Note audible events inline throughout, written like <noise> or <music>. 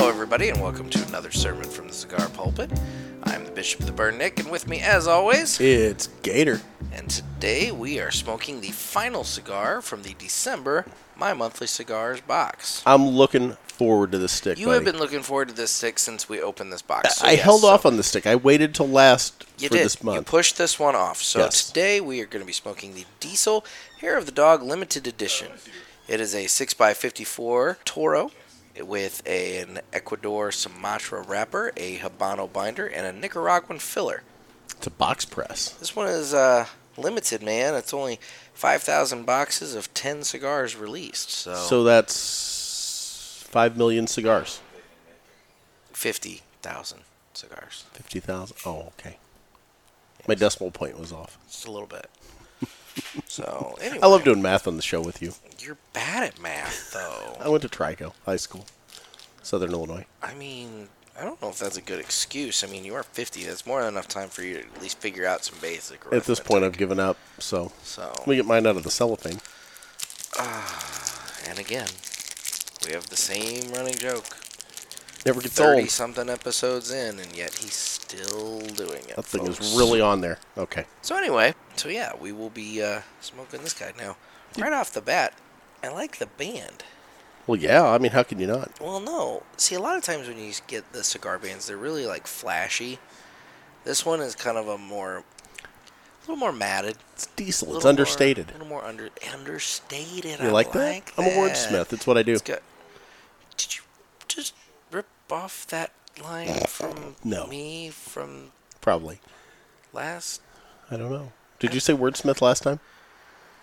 everybody, and welcome to another sermon from the Cigar Pulpit. I'm the Bishop of the Burn, Nick, and with me, as always, It's Gator. and today we are smoking the final cigar from the December My Monthly Cigars box. I'm looking forward to the stick. You buddy. have been looking forward to this stick since we opened this box. so I yes, held so- off on the stick. I waited till last You for did. this month. You pushed this one off. So Yes. today we are going to be smoking the Diesel Hair of the Dog Limited Edition. It is a 6x54 Toro with an Ecuador Sumatra wrapper, a Habano binder, and a Nicaraguan filler. it's a box press. This one is uh, limited, man. It's only 5,000 boxes of 10 cigars released. So, So that's five million cigars. 50,000 cigars. Fifty thousand. Oh, okay. My decimal point was off. Just a little <laughs> bit. so, anyway, I love doing math on the show with you. you're bad at math, though. <laughs> I went to Trico High School, Southern Illinois. I mean, I don't know if that's a good excuse. I mean, you are 50. That's more than enough time for you to at least figure out some basic. At this point, I've given up. So So, let me get mine out of the cellophane. and again, we have the same running joke. Never gets 30 old. something episodes in, and yet he's still doing it. That thing folks. is really on there. Okay. So, anyway, so yeah, we will be uh, smoking this guy now. Right off the bat, I like the band. Well, yeah. I mean, how can you not? Well, no. See, a lot of times when you get the cigar bands, they're really like flashy. This one is kind of a more, a little more matted. It's diesel. It's little understated. More, a little more under understated. You I like that? like I'm a wordsmith. It's what I do. It's got- did you just rip off that <clears throat> line from No. me from Probably. last? I don't know. Did you say wordsmith last time?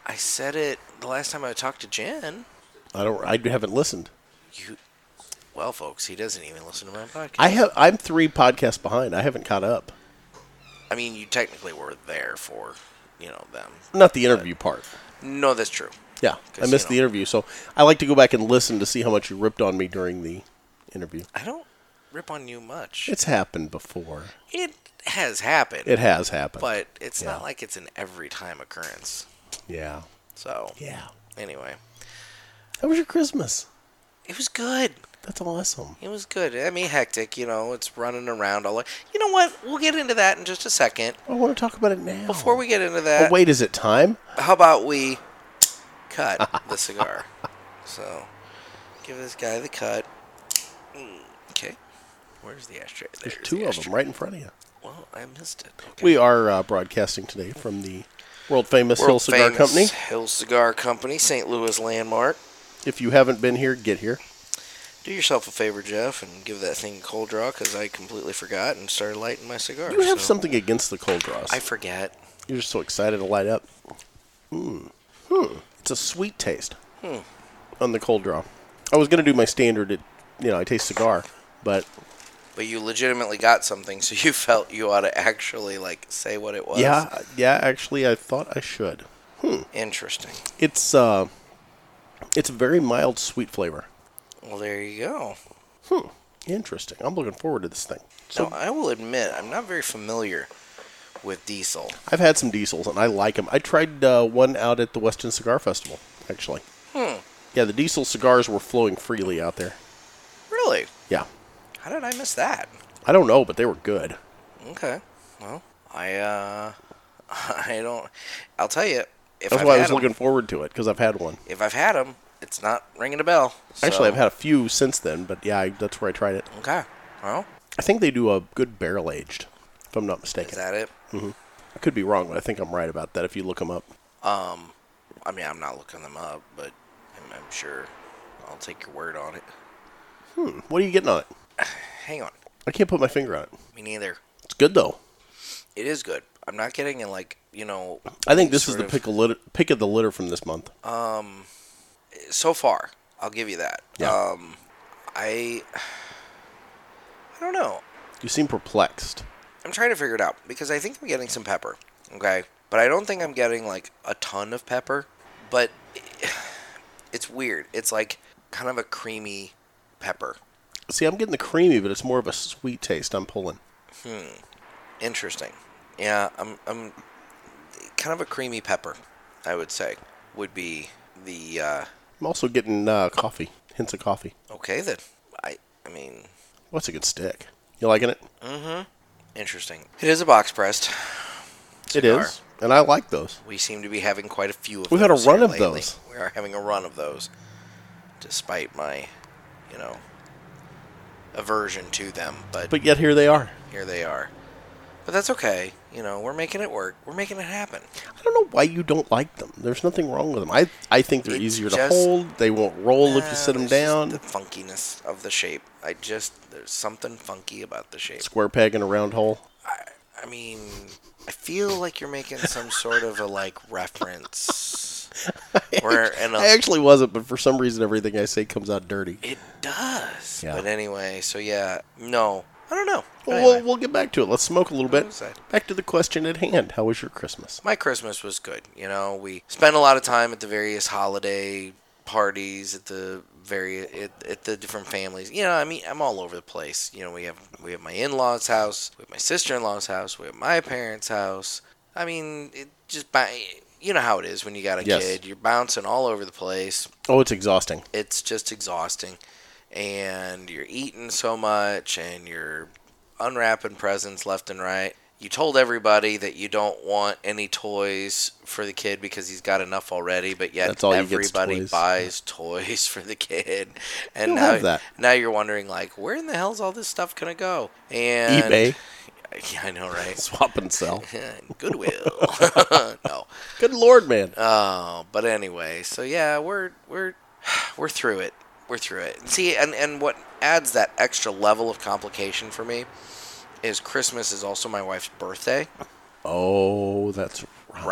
I said it the last time I talked to Jen. I don't. I haven't listened. You, well, folks, he doesn't even listen to my podcast. I have. I'm three podcasts behind. I haven't caught up. I mean, you technically were there for, you know, them. Not the interview part. No, that's true. Yeah, I Guess missed you the interview, so I like to go back and listen to see how much you ripped on me during the interview. I don't rip on you much. It's happened before. it has happened, It has happened. but it's Yeah. not like it's an every time occurrence. yeah, So yeah. anyway, How was your Christmas? it was good. That's awesome. It was good. I mean, hectic. You know, it's running around all. You know what? We'll get into that in just a second. I want to talk about it now. Before we get into Oh, that, wait, is it time? how about we cut the <laughs> cigar? so, give this guy the cut. Mm, Okay. Where's the ashtray? There's the two of ashtray. them right in front of you. Well, I missed it. Okay. We are uh, broadcasting today from the world famous Hill World Cigar famous Company. Hill Cigar Company, St. Louis landmark. If you haven't been here, get here. Do yourself a favor, Jeff, and give that thing a cold draw because I completely forgot and started lighting my cigar. You have so- something against the cold draws. I forget. You're just so excited to light up. Mm. Hmm. It's a sweet taste Hmm. on the cold draw. I was going to do my standard, it, you know, I taste cigar, but But you legitimately got something, so you <laughs> felt you ought to actually like say what it was. yeah, yeah, actually, I thought I should. Interesting. It's uh, it's a very mild sweet flavor. Well, there you go. Hmm. Interesting. I'm looking forward to this thing. So So I will admit, I'm not very familiar with diesel. I've had some diesels and I like them. I tried uh, one out at the Weston Cigar Festival, actually. Hmm. Yeah, the diesel cigars were flowing freely out there. Really? Yeah. How did I miss that? I don't know, but they were good. Okay. Well, I uh, <laughs> I don't. I'll tell you. If That's I've why I had was 'em- looking forward to it because I've had one. If I've had them, it's not ringing a bell. Actually, so- I've had a few since then, but yeah, I, that's where I tried it. Okay. Well, I think they do a good barrel aged, if I'm not is mistaken. that it? Hmm. I could be wrong, but I think I'm right about that if you look them up. Um, I mean, I'm not looking them up, but I'm, I'm sure I'll take your word on it. What are you getting on it? Hang on. I can't put my finger on it. Me neither. It's good, though. It is good. I'm not getting in like you know. I think this is sort the of- pick, of lit- pick of the litter from this month. Uh, So far, I'll give you that. Yeah. Um, I. I don't know. you seem perplexed. I'm trying to figure it out because I think I'm getting some pepper. Okay. But I don't think I'm getting like a ton of pepper. But <sighs> it's weird. It's like kind of a creamy pepper. See, I'm getting the creamy, but it's more of a sweet taste I'm pulling. Interesting. Yeah, I'm, I'm kind of a creamy pepper, I would say, would be the. Uh, I'm also getting uh, coffee, hints of coffee. okay, then. I, I mean, What's a good stick? You liking it? Interesting. It is a box pressed. It is, and I like those. We seem to be having quite a few of We've had a those. run here of lately. those. We are having a run of those, despite my, you know, aversion to them. But, But yet here they are. here they are. But that's okay. You know, we're making it work. We're making it happen. I don't know why you don't like them. There's nothing wrong with them. I I think they're It's easier just- to hold. They won't roll if Uh, you sit them there's just down. The funkiness of the shape. I just there's something funky about the shape. Square peg in a round hole. I mean, I feel like you're making some sort of a like reference. Where and <laughs> I actually wasn't, but for some reason everything I say comes out dirty. It does. Yeah. But anyway, so yeah, no, I don't know. But Well, anyway, we'll, we'll get back to it. Let's smoke a little bit. was that? Back to the question at hand. How was your Christmas? my Christmas was good. You know, we spent a lot of time at the various holiday parties at the various at, at the different families. You know, I mean, I'm all over the place. You know, we have we have my in-laws' house, we have my sister-in-law's house, we have my parents' house. I mean, it just by you know how it is when you got a Yes. kid, you're bouncing all over the place. Oh, it's exhausting. <laughs> it's just exhausting and you're eating so much and you're unwrapping presents left and right you told everybody that you don't want any toys for the kid because he's got enough already but yet That's all you get's everybody toys. buys toys for the <laughs> kid and You'll now, have that. now you're wondering like where in the hell's all this stuff gonna go and eBay, <laughs> yeah, i know right <laughs> swap and sell. goodwill <laughs> no Good lord, man. Oh, but anyway, so yeah, we're we're <sighs> we're through it. We're through it. See, and and what adds that extra level of complication for me is Christmas is also my wife's birthday, oh, that's right.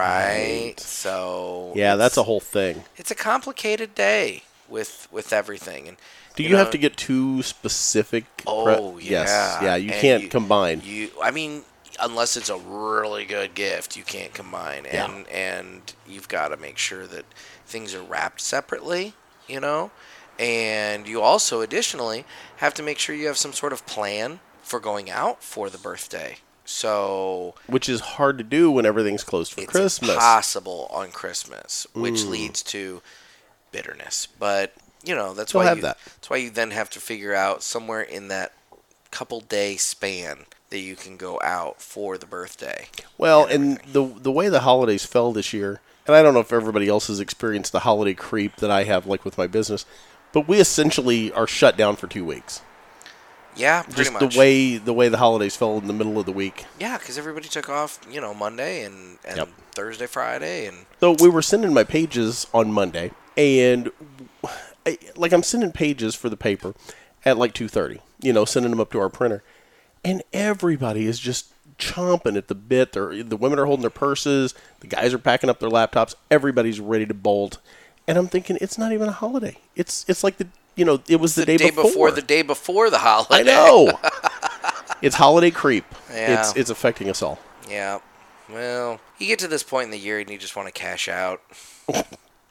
right? So Yeah, that's a it's- whole thing. It's a complicated day with with everything, and Do you, know, have to get too specific? pre- Oh yeah, Yes. Yeah, you And can't combine. You, I mean, unless it's a really good gift, you can't combine, Yeah. and and you've got to make sure that things are wrapped separately, you know, and you also additionally have to make sure you have some sort of plan for going out for the birthday. So which is hard to do when everything's closed for it's Christmas. Mm. impossible on Christmas, which leads to bitterness. But you know that's You'll why have you, that. that's why you then have to figure out somewhere in that couple day span that you can go out for the birthday. Well, and the the way the holidays fell this year, and I don't know if everybody else has experienced the holiday creep that I have, like with my business, but we essentially are shut down for two weeks. Yeah, pretty Just much. the way the way the holidays fell in the middle of the week. yeah, because everybody took off, you know, Monday and, and Yep. Thursday, Friday, and So we were sending my pages on Monday, and I, like I'm sending pages for the paper at like 2:30. You know, sending them up to our printer, and everybody is just chomping at the bit. They're, the women are holding their purses, the guys are packing up their laptops. Everybody's ready to bolt, and I'm thinking it's not even a holiday. It's it's like the you know it was the, day, day before. the day before the holiday. <laughs> I know. it's holiday creep. Yeah. It's it's affecting us all. Yeah. Well, you get to this point in the year and you just want to cash out. <laughs>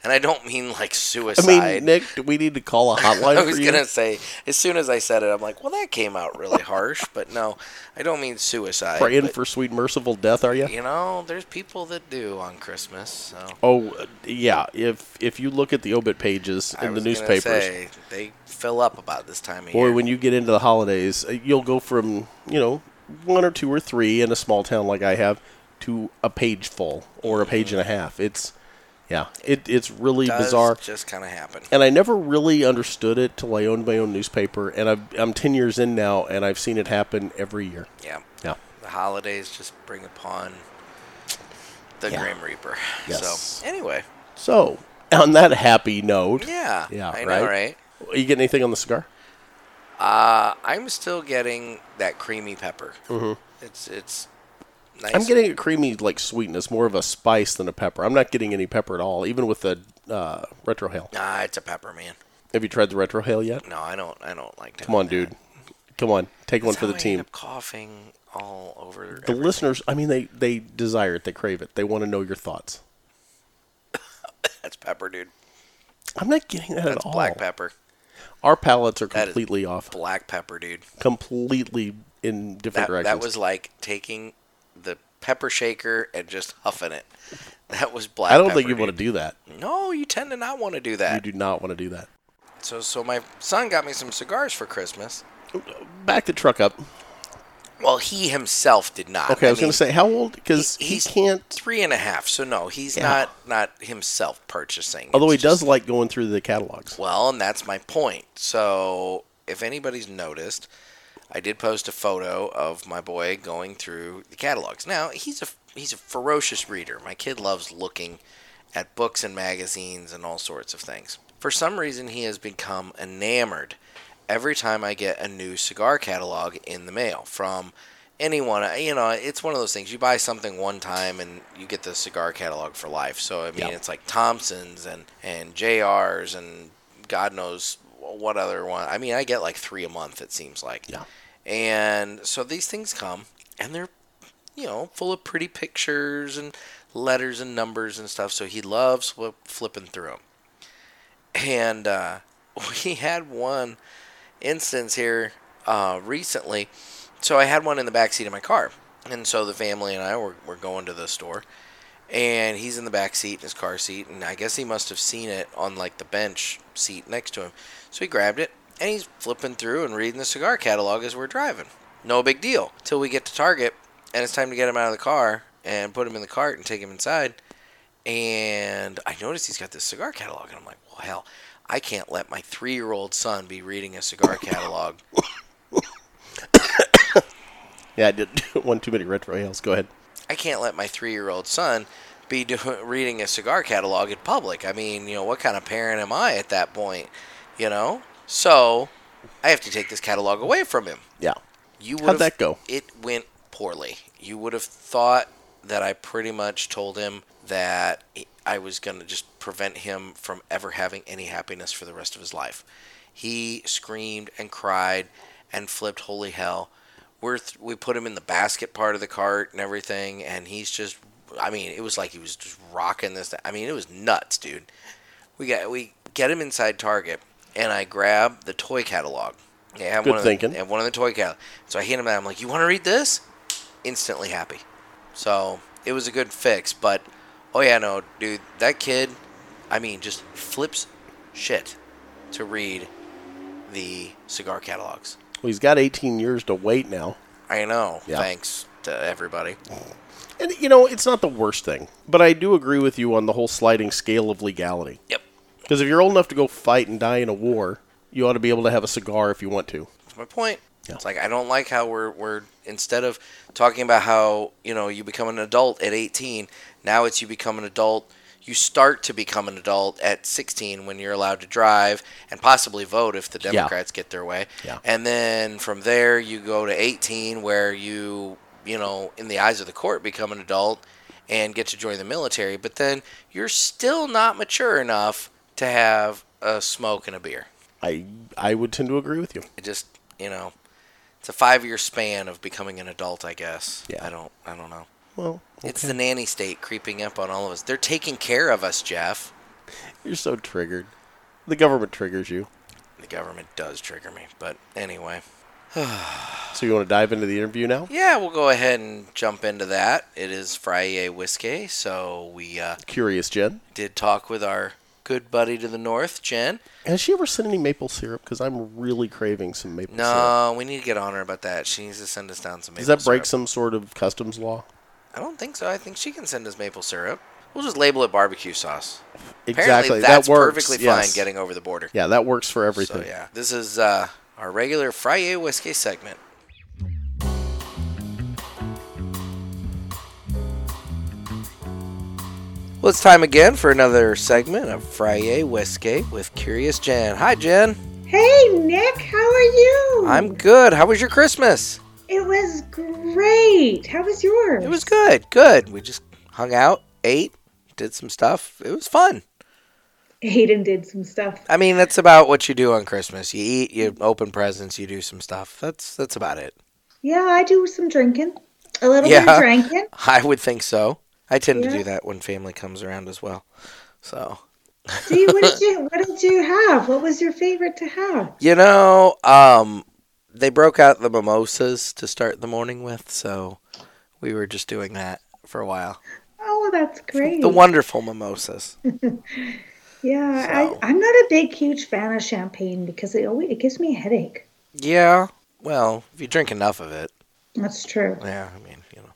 and I don't mean like I suicide. mean, Nick, do we need <laughs> to call a hotline? I was for you? gonna say as soon as I said it, I'm like, well, that came out really harsh, but no, I don't mean suicide. praying but, for sweet merciful death are you you know, there's people that do on Christmas. So oh uh, yeah if if you look at the obit pages I in the was gonna newspapers say, they fill up about this time of boy year. when you get into the holidays uh, you'll go from you know one or two or three in a small town like i have to a page full or a page and a half it's yeah it, it's really Mm-hmm. Does bizarre just kind of happen. and I never really understood it till I owned my own newspaper, and I've, I'm ten years in now, and I've seen it happen every year. Yeah, Yeah, the holidays just bring upon the Yeah. Grim Reaper. Yes. So anyway, so on that happy note, yeah, Yeah, I right? know, right? you get anything on the cigar? Uh, I'm still getting that creamy pepper. Mm-hmm. It's it's nice. I'm getting a creamy like sweetness, more of a spice than a pepper. I'm not getting any pepper at all, even with the uh, retro hail. Nah, it's a pepper, man. Have you tried the retro hail yet? No, I don't. I don't like. Come on, dude. Come on, take one for the team. coughing all over. The listeners, I mean, they they desire it, they crave it, they want to know your thoughts. That's pepper, dude. I'm not getting that That's at all. black pepper. Our palates are That is completely off, Black pepper, dude. completely in That different directions. that was like taking the pepper shaker and just huffing it. That was black. I don't pepper, think you want to do that. to. No, you tend to not want to do that. You do not want to do that. So, so my son got me some cigars for Christmas. back the truck up. Well, he himself did not. Okay, I, was mean, going to say how old because he- he, he's- can't. three and a half. So no, he's Yeah. not not himself purchasing. Although he It's just- does like going through the catalogs. Well, and that's my point. So, if anybody's noticed, I did post a photo of my boy going through the catalogs. Now, he's a he's a ferocious reader. My kid loves looking at books and magazines and all sorts of things. For some reason, he has become enamored every time I get a new cigar catalog in the mail from anyone. You know, it's one of those things. You buy something one time and you get the cigar catalog for life. So I mean, Yeah. it's like Thompsons and and JRs and God knows what other one. I mean, I get like three a month. It seems like. Yeah. And so these things come and they're you know, full of pretty pictures and letters and numbers and stuff. So he loves flip, flipping through them. And uh, <laughs> we had one instance here uh, recently. So I had one in the back seat of my car. And so the family and I were, were going to the store. And he's in the back seat in his car seat. And I guess he must have seen it on like the bench seat next to him. So he grabbed it and he's flipping through and reading the cigar catalog as we're driving. No big deal. Till we get to Target and it's time to get him out of the car and put him in the cart and take him inside. And I noticed he's got this cigar catalog, and I'm like, well, hell, I can't let my three year old son be reading a cigar catalog. Yeah, I did <laughs> one too many retro ales. Go ahead. I can't let my three year old son be doing, <laughs> reading a cigar catalog in public. I mean, you know, what kind of parent am I at that point? You know? So I have to take this catalog away from him. Yeah. You would How'd that go? It went poorly. You would have thought that I pretty much told him that I was going to just prevent him from ever having any happiness for the rest of his life. He screamed and cried and flipped holy hell. We're th- we put him in the basket part of the cart and everything, and he's just. I mean, it was like he was just rocking this. I mean, it was nuts, dude. We got we get him inside Target, and I grab the toy catalog. They have Good one of the- thinking. they have one of the toy catalog. So I hand him that. I'm like, "You want to read this?" Instantly happy. So it was a good fix, but oh yeah, no, dude, that kid, I mean, just flips shit to read the cigar catalogs. Well, he's got 18 years to wait now. I know. Yeah. Thanks to everybody. And, you know, it's not the worst thing. But I do agree with you on the whole sliding scale of legality. Yep. Because if you're old enough to go fight and die in a war, you ought to be able to have a cigar if you want to. That's my point. Yeah. It's like I don't like how we're we're instead of talking about how you know you become an adult at 18, now it's you become an adult. You start to become an adult at 16 when you're allowed to drive and possibly vote if the Democrats get their way. Yeah. And then from there you go to 18 where you you know in the eyes of the court become an adult and get to join the military, but then you're still not mature enough to have a smoke and a beer. I I would tend to agree with you. It just you know, it's a five year span of becoming an adult, I guess. Yeah. I don't I don't know. Well, It's the nanny state creeping up on all of us. They're taking care of us, Jeff. you're so triggered. The government triggers you. The government does trigger me, but anyway. So you want to dive into the interview now? Yeah, we'll go ahead and jump into that. It is Friday Whiskey, so we uh, Curious, Jen. did talk with our good buddy to the north, Jen. Has she ever sent any maple syrup? Because I'm really craving some maple syrup. No, we need to get on her about that. She needs to send us down some maple Does that break syrup. some sort of customs law? I don't think so. I think she can send us maple syrup. We'll just label it barbecue sauce. Exactly. Apparently, that's that works. perfectly yes. fine getting over the border. Yeah, that works for everything. So yeah, this is uh, our regular Friday whiskey segment. Well, it's time again for another segment of Friday Whiskey with Curious Jen. Hi, Jen. Hey Nick, how are you? I'm good. How was your Christmas? It was great. How was yours? It was good. Good. We just hung out, ate, did some stuff. It was fun. Hayden did some stuff. I mean, that's about what you do on Christmas. You eat, you open presents, you do some stuff. That's that's about it. Yeah, I do some drinking. A little bit Yeah. of drinking. I would think so. I tend to Yeah. do that when family comes around as well. So, See, <laughs> what did you what did you have? What was your favorite to have? you know, um, they broke out the mimosas to start the morning with. So we were just doing that for a while. Oh, that's great. The wonderful mimosas. yeah, So. I, I'm not a big huge fan of champagne because it always it gives me a headache. Yeah. Well, if you drink enough of it, That's true. yeah. I mean, you know.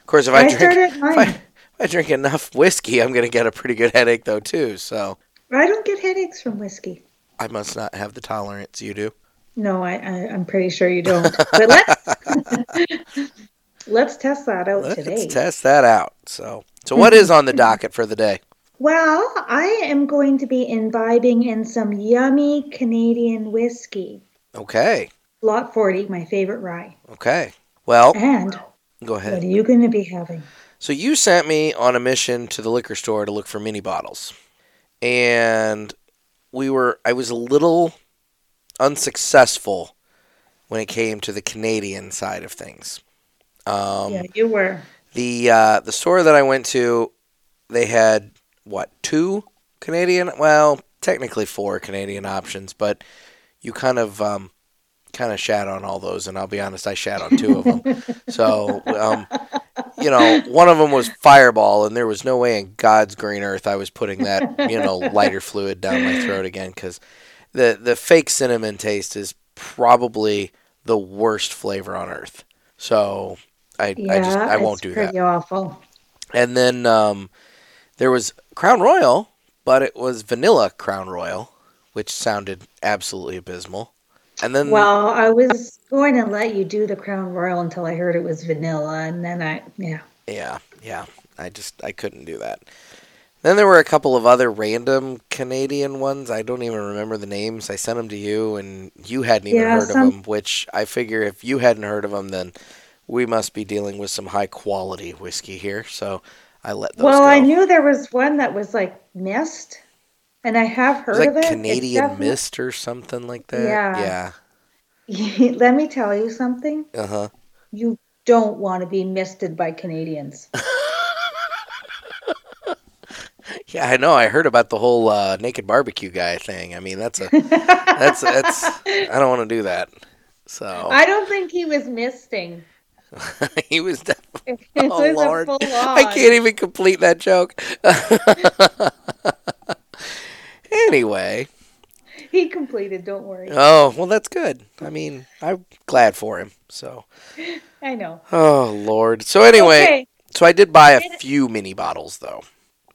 Of course, if I, I drink, started if mine. I, if I drink enough whiskey, I'm gonna get a pretty good headache though too. So I don't get headaches from whiskey. I must not have the tolerance you do. No, I, I I'm pretty sure you don't. <laughs> But let's <laughs> let's test that out Let's today. test that out. So, so what is <laughs> on the docket for the day? well, I am going to be imbibing in some yummy Canadian whiskey, Okay, Lot 40, my favorite rye. okay. Well, And go what are ahead. you going to be having? So you sent me on a mission to the liquor store to look for mini bottles, and we were. I was a little unsuccessful when it came to the Canadian side of things. Um, yeah, you were. The uh, the store that I went to, they had what two Canadian? Well, technically four Canadian options, but you kind of um, kind of shat on all those, and I'll be honest, I shat on two of them. so um, you know, one of them was Fireball, and there was no way in God's green earth I was putting that you know lighter fluid down my throat again because the the fake cinnamon taste is probably the worst flavor on earth. So. I, Yeah, I just I won't it's do that. pretty awful. And then um, there was Crown Royal, but it was vanilla Crown Royal, which sounded absolutely abysmal. And then Well, I was going to let you do the Crown Royal until I heard it was vanilla, and then I yeah. yeah, yeah, I just I couldn't do that. Then there were a couple of other random Canadian ones. I don't even remember the names. I sent them to you, and you hadn't even Yeah, heard some- of them. Which I figure if you hadn't heard of them, then we must be dealing with some high quality whiskey here. So I let those Well, go. I knew there was one that was like mist, and I have it heard was like of it. It's Canadian definitely- Mist or something like that. Yeah. Yeah. <laughs> Let me tell you something. Uh huh. You don't want to be misted by Canadians. <laughs> Yeah, I know. I heard about the whole uh, naked barbecue guy thing. I mean, that's a that's <laughs> that's. I don't want to do that. So I don't think he was misting. <laughs> <laughs> he was. Def- It oh was Lord, a full <laughs> I can't even complete that joke. <laughs> anyway, e- He completed. Don't worry. oh well, that's good. I mean, I'm glad for him. So I know. oh Lord. So anyway, okay. so I did buy a few mini bottles though,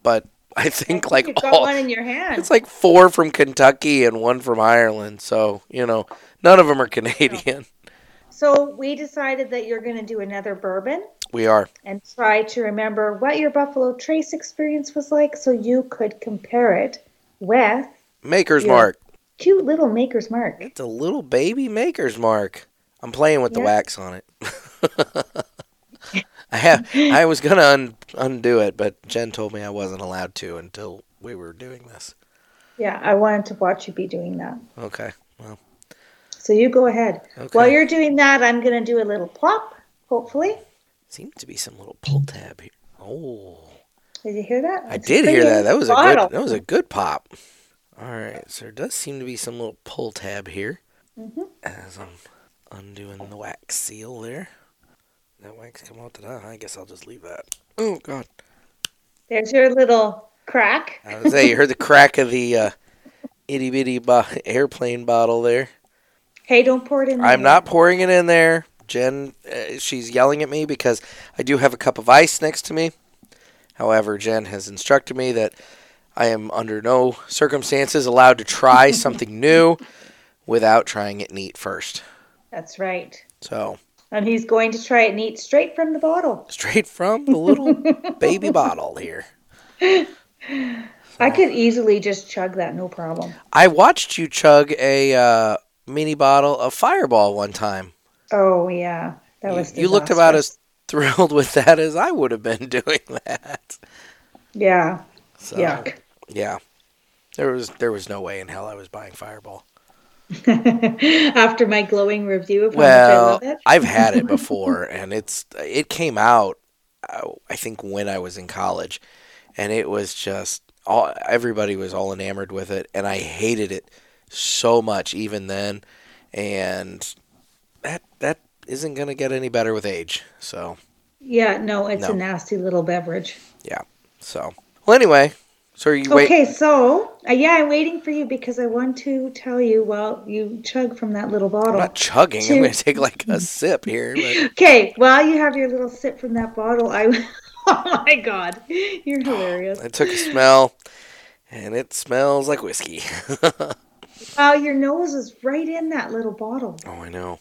but I think like you've got all <laughs> one in your hand. It's like four from Kentucky and one from Ireland. So, you know, none of them are Canadian. <laughs> so we decided that you're going to do another bourbon We are. and try to remember what your Buffalo Trace experience was like, so you could compare it with Maker's Yeah. Mark. cute little Maker's Mark. It's a little baby Maker's Mark. I'm playing with the Yeah. wax on it. <laughs> I have I was going to un- undo it, but Jen told me I wasn't allowed to until we were doing this. Yeah, I wanted to watch you be doing that. Okay. So you go ahead. Okay. While you're doing that, I'm going to do a little plop, hopefully. Seems to be some little pull tab here. Oh. Did you hear that? I It's did hear spinning that. That was a bottle. good. That was a good pop. All right, so there does seem to be some little pull tab here as I'm undoing the wax seal there. That wax come out to that. I guess I'll just leave that. Oh God! There's your little crack. I was say you heard the crack of the uh, itty bitty bo- airplane bottle there. Hey, don't pour it in. I'm there. not pouring it in there. Jen, uh, she's yelling at me because I do have a cup of ice next to me. However, Jen has instructed me that I am under no circumstances allowed to try something new without trying it neat first. That's right. So, And he's going to try it neat straight from the bottle. straight from the little baby bottle here. I could easily just chug that, no problem. I watched you chug a uh, mini bottle of Fireball one time. Oh, yeah. That You, was you looked about disastrous. as thrilled with that as I would have been <laughs> doing that. Yeah. So, Yuck. Yeah. There was there was no way in hell I was buying Fireball. <laughs> After my glowing review of how Well, much I love it. I've had <laughs> it before and it's it came out uh, I think when I was in college and it was just all everybody was all enamored with it and I hated it so much even then and that that isn't going to get any better with age. So, Yeah, no, it's No. a nasty little beverage. yeah. So, well anyway, So are you waiting? Okay, so uh, yeah, I'm waiting for you because I want to tell you while you chug from that little bottle. I'm not chugging. I'm Two. <laughs> going to take like a sip here. But Okay, while you have your little sip from that bottle, I. <laughs> Oh my God, you're hilarious. I took a smell, and it smells like whiskey. <laughs> oh, Wow, your nose is right in that little bottle. Oh, I know.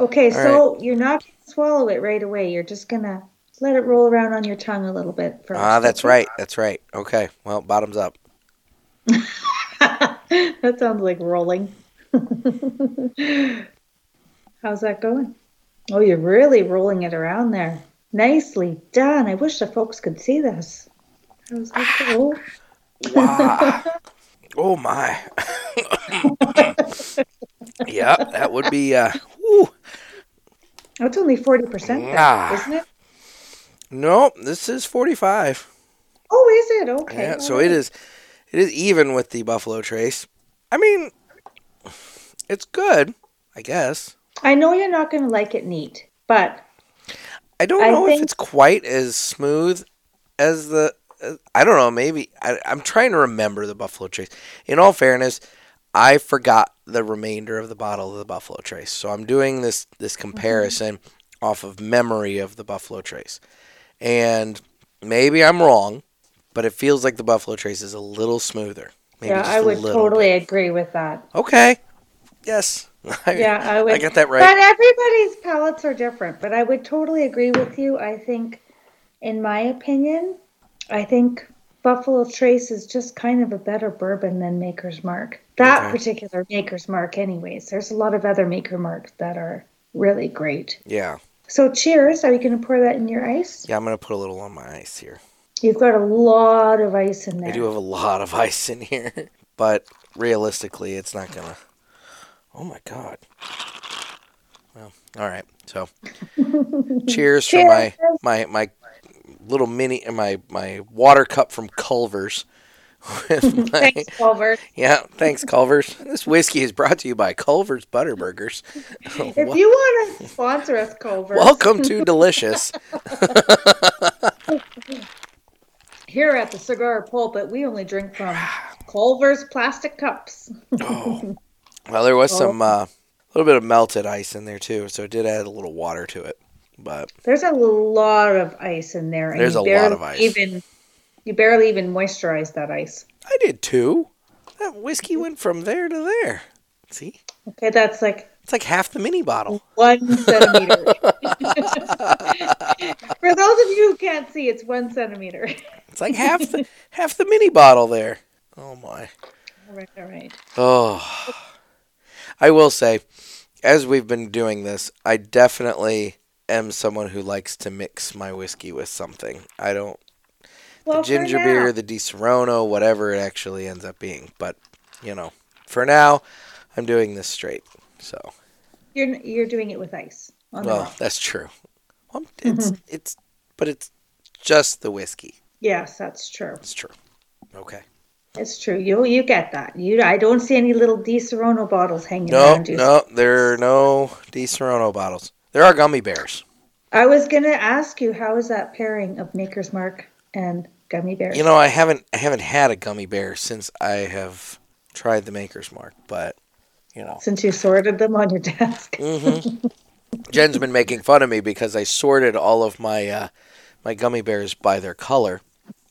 Okay, so you're not gonna swallow it right away. You're just gonna let it roll around on your tongue a little bit first. Ah, <laughs> that's right. That's right. Okay. Well, bottoms up. that sounds like rolling. <laughs> How's that going? Oh, you're really rolling it around there. Nicely done. I wish the folks could see this. That was like the Ah. roll. Wow. oh my. <laughs> yeah, that would be. Uh, whew. That's only 40% there, Ah. isn't it? Nope, this is 45. Oh, is it? Okay. Yeah, all so it right. is. It is even with the Buffalo Trace. I mean, it's good, I guess. I know you're not going to like it neat, but I don't I know if think- it's quite as smooth as the. uh, I don't know. Maybe I, I'm trying to remember the Buffalo Trace. In all fairness, I forgot the remainder of the bottle of the Buffalo Trace, so I'm doing this this Mm-hmm. comparison off of memory of the Buffalo Trace, and maybe I'm wrong, but it feels like the Buffalo Trace is a little smoother. Maybe yeah, just I a would little totally bit. agree with that. Okay. Yes. <laughs> I, Yeah, I would. I got that right. But everybody's palates are different. But I would totally agree with you. I think, in my opinion, I think Buffalo Trace is just kind of a better bourbon than Maker's Mark. That Okay. particular Maker's Mark, anyways. There's a lot of other Maker Marks that are really great. Yeah. So, cheers. Are you going to pour that in your ice? Yeah. I'm gonna put a little on my ice here. You've got a lot of ice in there. I do have a lot of <laughs> ice in here, but realistically, it's not gonna. Oh my god. Well, all right. <laughs> So, cheers for my Cheers. my my little mini my my water cup from Culver's. <laughs> With <laughs> <laughs> my- Thanks, Culver. yeah, thanks Culver's. This whiskey is brought to you by Culver's Butter Burgers. <laughs> <laughs> If you want to sponsor us, Culver, Welcome to Delicious. Here at the cigar pulpit, we only drink from Culver's plastic cups. Well, there was Oh. some a little bit of melted ice in there too, so it did add a little water to it. But There's a lot of ice in there. and There's you a lot of barely ice. Even you barely even moisturize that ice. I did too. That whiskey went from there to there. See? Okay, that's like It's like half the mini bottle. <laughs> one centimeter. <laughs> For those of you who can't see, it's one centimeter. <laughs> It's like half the half the mini bottle there. Oh my. all right, all right. Oh. I will say as we've been doing this, I definitely am someone who likes to mix my whiskey with something. I don't the Well, for ginger now- beer, the Di Serono, whatever it actually ends up being, but you know, for now I'm doing this straight. So, you're you're doing it with ice. on the well, rock. that's true. Well, it's it's but it's just the whiskey. yes, that's true. It's true. Okay. It's true. You you get that. You I don't see any little Di Serono bottles hanging No, around you. no, there are no De Serono bottles. There are gummy bears. I was gonna ask you how is that pairing of Maker's Mark and gummy bears? You know, I haven't I haven't had a gummy bear since I have tried the Maker's Mark, but you know, since you sorted them on your desk. Mm. Jen's been making fun of me because I sorted all of my uh, my gummy bears by their color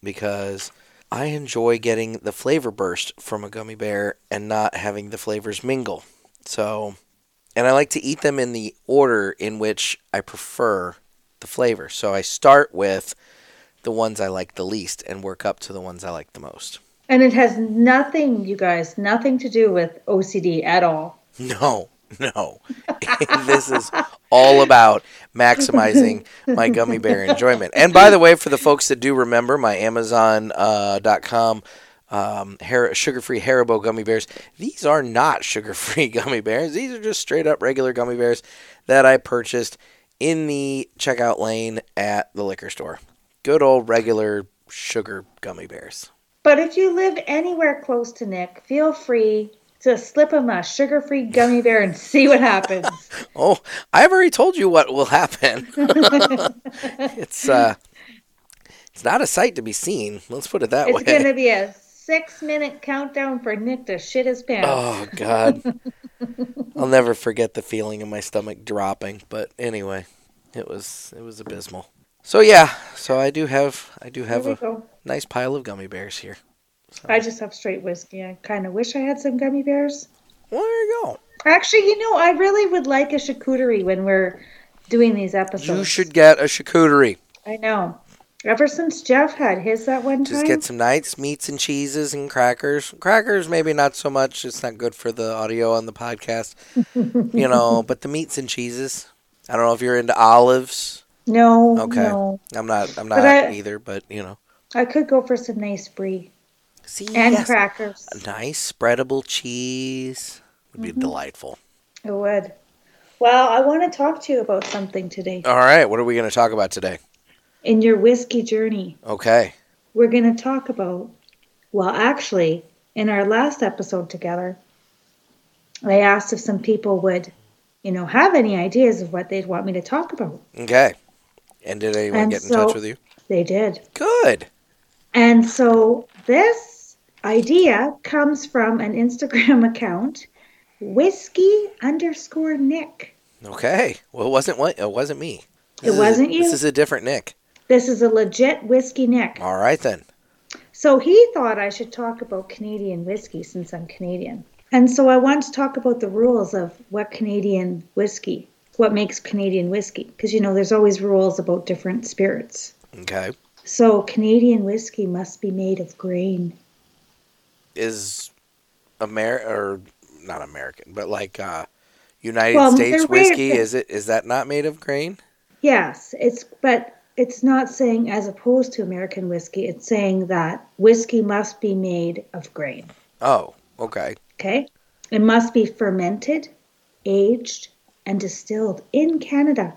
because I enjoy getting the flavor burst from a gummy bear and not having the flavors mingle. So, and I like to eat them in the order in which I prefer the flavor. So I start with the ones I like the least and work up to the ones I like the most. And it has nothing, you guys, nothing to do with OCD at all. No, no. <laughs> this is all about maximizing my gummy bear enjoyment. And by the way, for the folks that do remember, my Amazon.com uh, dot com, um, Har- sugar-free Haribo gummy bears. These are not <laughs> sugar-free gummy bears. These are just straight-up regular gummy bears that I purchased in the checkout lane at the liquor store. Good old regular sugar gummy bears. But if you live anywhere close to Nick, feel free to slip him a sugar free gummy bear and see <laughs> what happens. Oh, <laughs> I've already told you what will happen. it's uh It's not a sight to be seen. Let's put it that It's way. <laughs> going to be a six minute countdown for Nick to shit his pants. Oh God, <laughs> I'll never forget the feeling of my stomach dropping. But anyway, it was it was abysmal. So yeah, so I do have I do Here have we a go. nice pile of gummy bears here. I just have straight whiskey. I kind of wish I had some gummy bears. Well, there you go. Actually, you know, I really would like a charcuterie when we're doing these episodes. You should get a charcuterie. I know. Ever since Jeff had his that one Just time, get some nice meats and cheeses and crackers. Crackers maybe not so much. It's not good for the audio on the <laughs> podcast, you know. But the meats and cheeses. I don't know if you're into olives. no, Okay, no, I'm not. I'm not But I- either. But you know, I could go for some nice brie see and yes. crackers. A nice spreadable cheese would be Mm-hmm. delightful. It would. Well, I want to talk to you about something today. All right, what are we going to talk about today? In your whiskey journey, Okay. we're going to talk about, well, actually, in our last episode together, I asked if some people would, you know, have any ideas of what they'd want me to talk about. Okay. And did anyone And get in so- touch with you? They did. Good. And so this idea comes from an Instagram <laughs> account, whiskey underscore Nick. Okay. Well, it wasn't what it wasn't me. It is a- wasn't you. This is a different Nick. This is a legit whiskey Nick. All right then. So he thought I should talk about Canadian whiskey since I'm Canadian. And so I want to talk about the rules of what Canadian whiskey, what makes Canadian whiskey, because you know there's always rules about different spirits. Okay. So Canadian whiskey must be made of grain. Is Amer or not American, but like uh United Well, States they're whiskey weird. is it is that not made of grain? Yes, it's but it's not saying as opposed to American whiskey. It's saying that whiskey must be made of grain. Oh, okay. Okay, it must be fermented, aged, and distilled in Canada.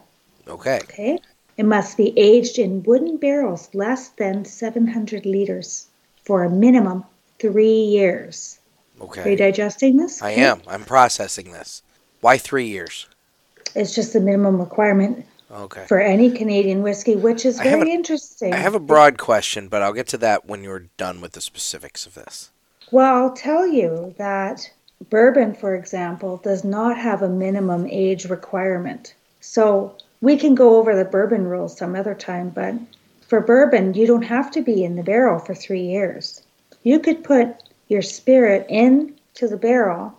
Okay. Okay, it must be aged in wooden barrels less than 700 liters for a minimum three years. Are you Okay. digesting this? I am. I'm processing this. Why 3 years? It's just the minimum requirement Okay. for any Canadian whiskey, which is I have very a- interesting. I have a broad question, but I'll get to that when you're done with the specifics of this. Well, I'll tell you that bourbon, for example, does not have a minimum age requirement. So we can go over the bourbon rules some other time, but for bourbon, you don't have to be in the barrel for three years. You could put your spirit in to the barrel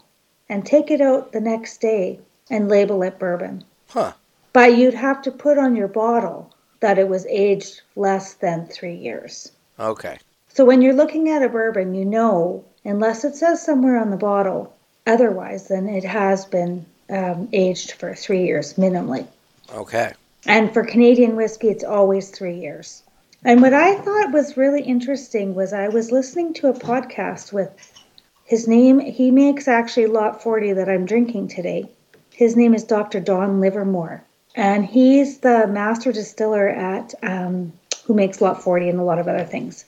and take it out the next day and label it bourbon. Huh. But you'd have to put on your bottle that it was aged less than three years. Okay. So when you're looking at a bourbon, you know, unless it says somewhere on the bottle otherwise, then it has been um, aged for three years minimally. Okay. And for Canadian whiskey, it's always three years. And what I thought was really interesting was I was listening to a podcast with his name, he makes actually Lot 40 that I'm drinking today. His name is Dr. Don Livermore. And he's the master distiller at, um, who makes Lot 40 and a lot of other things.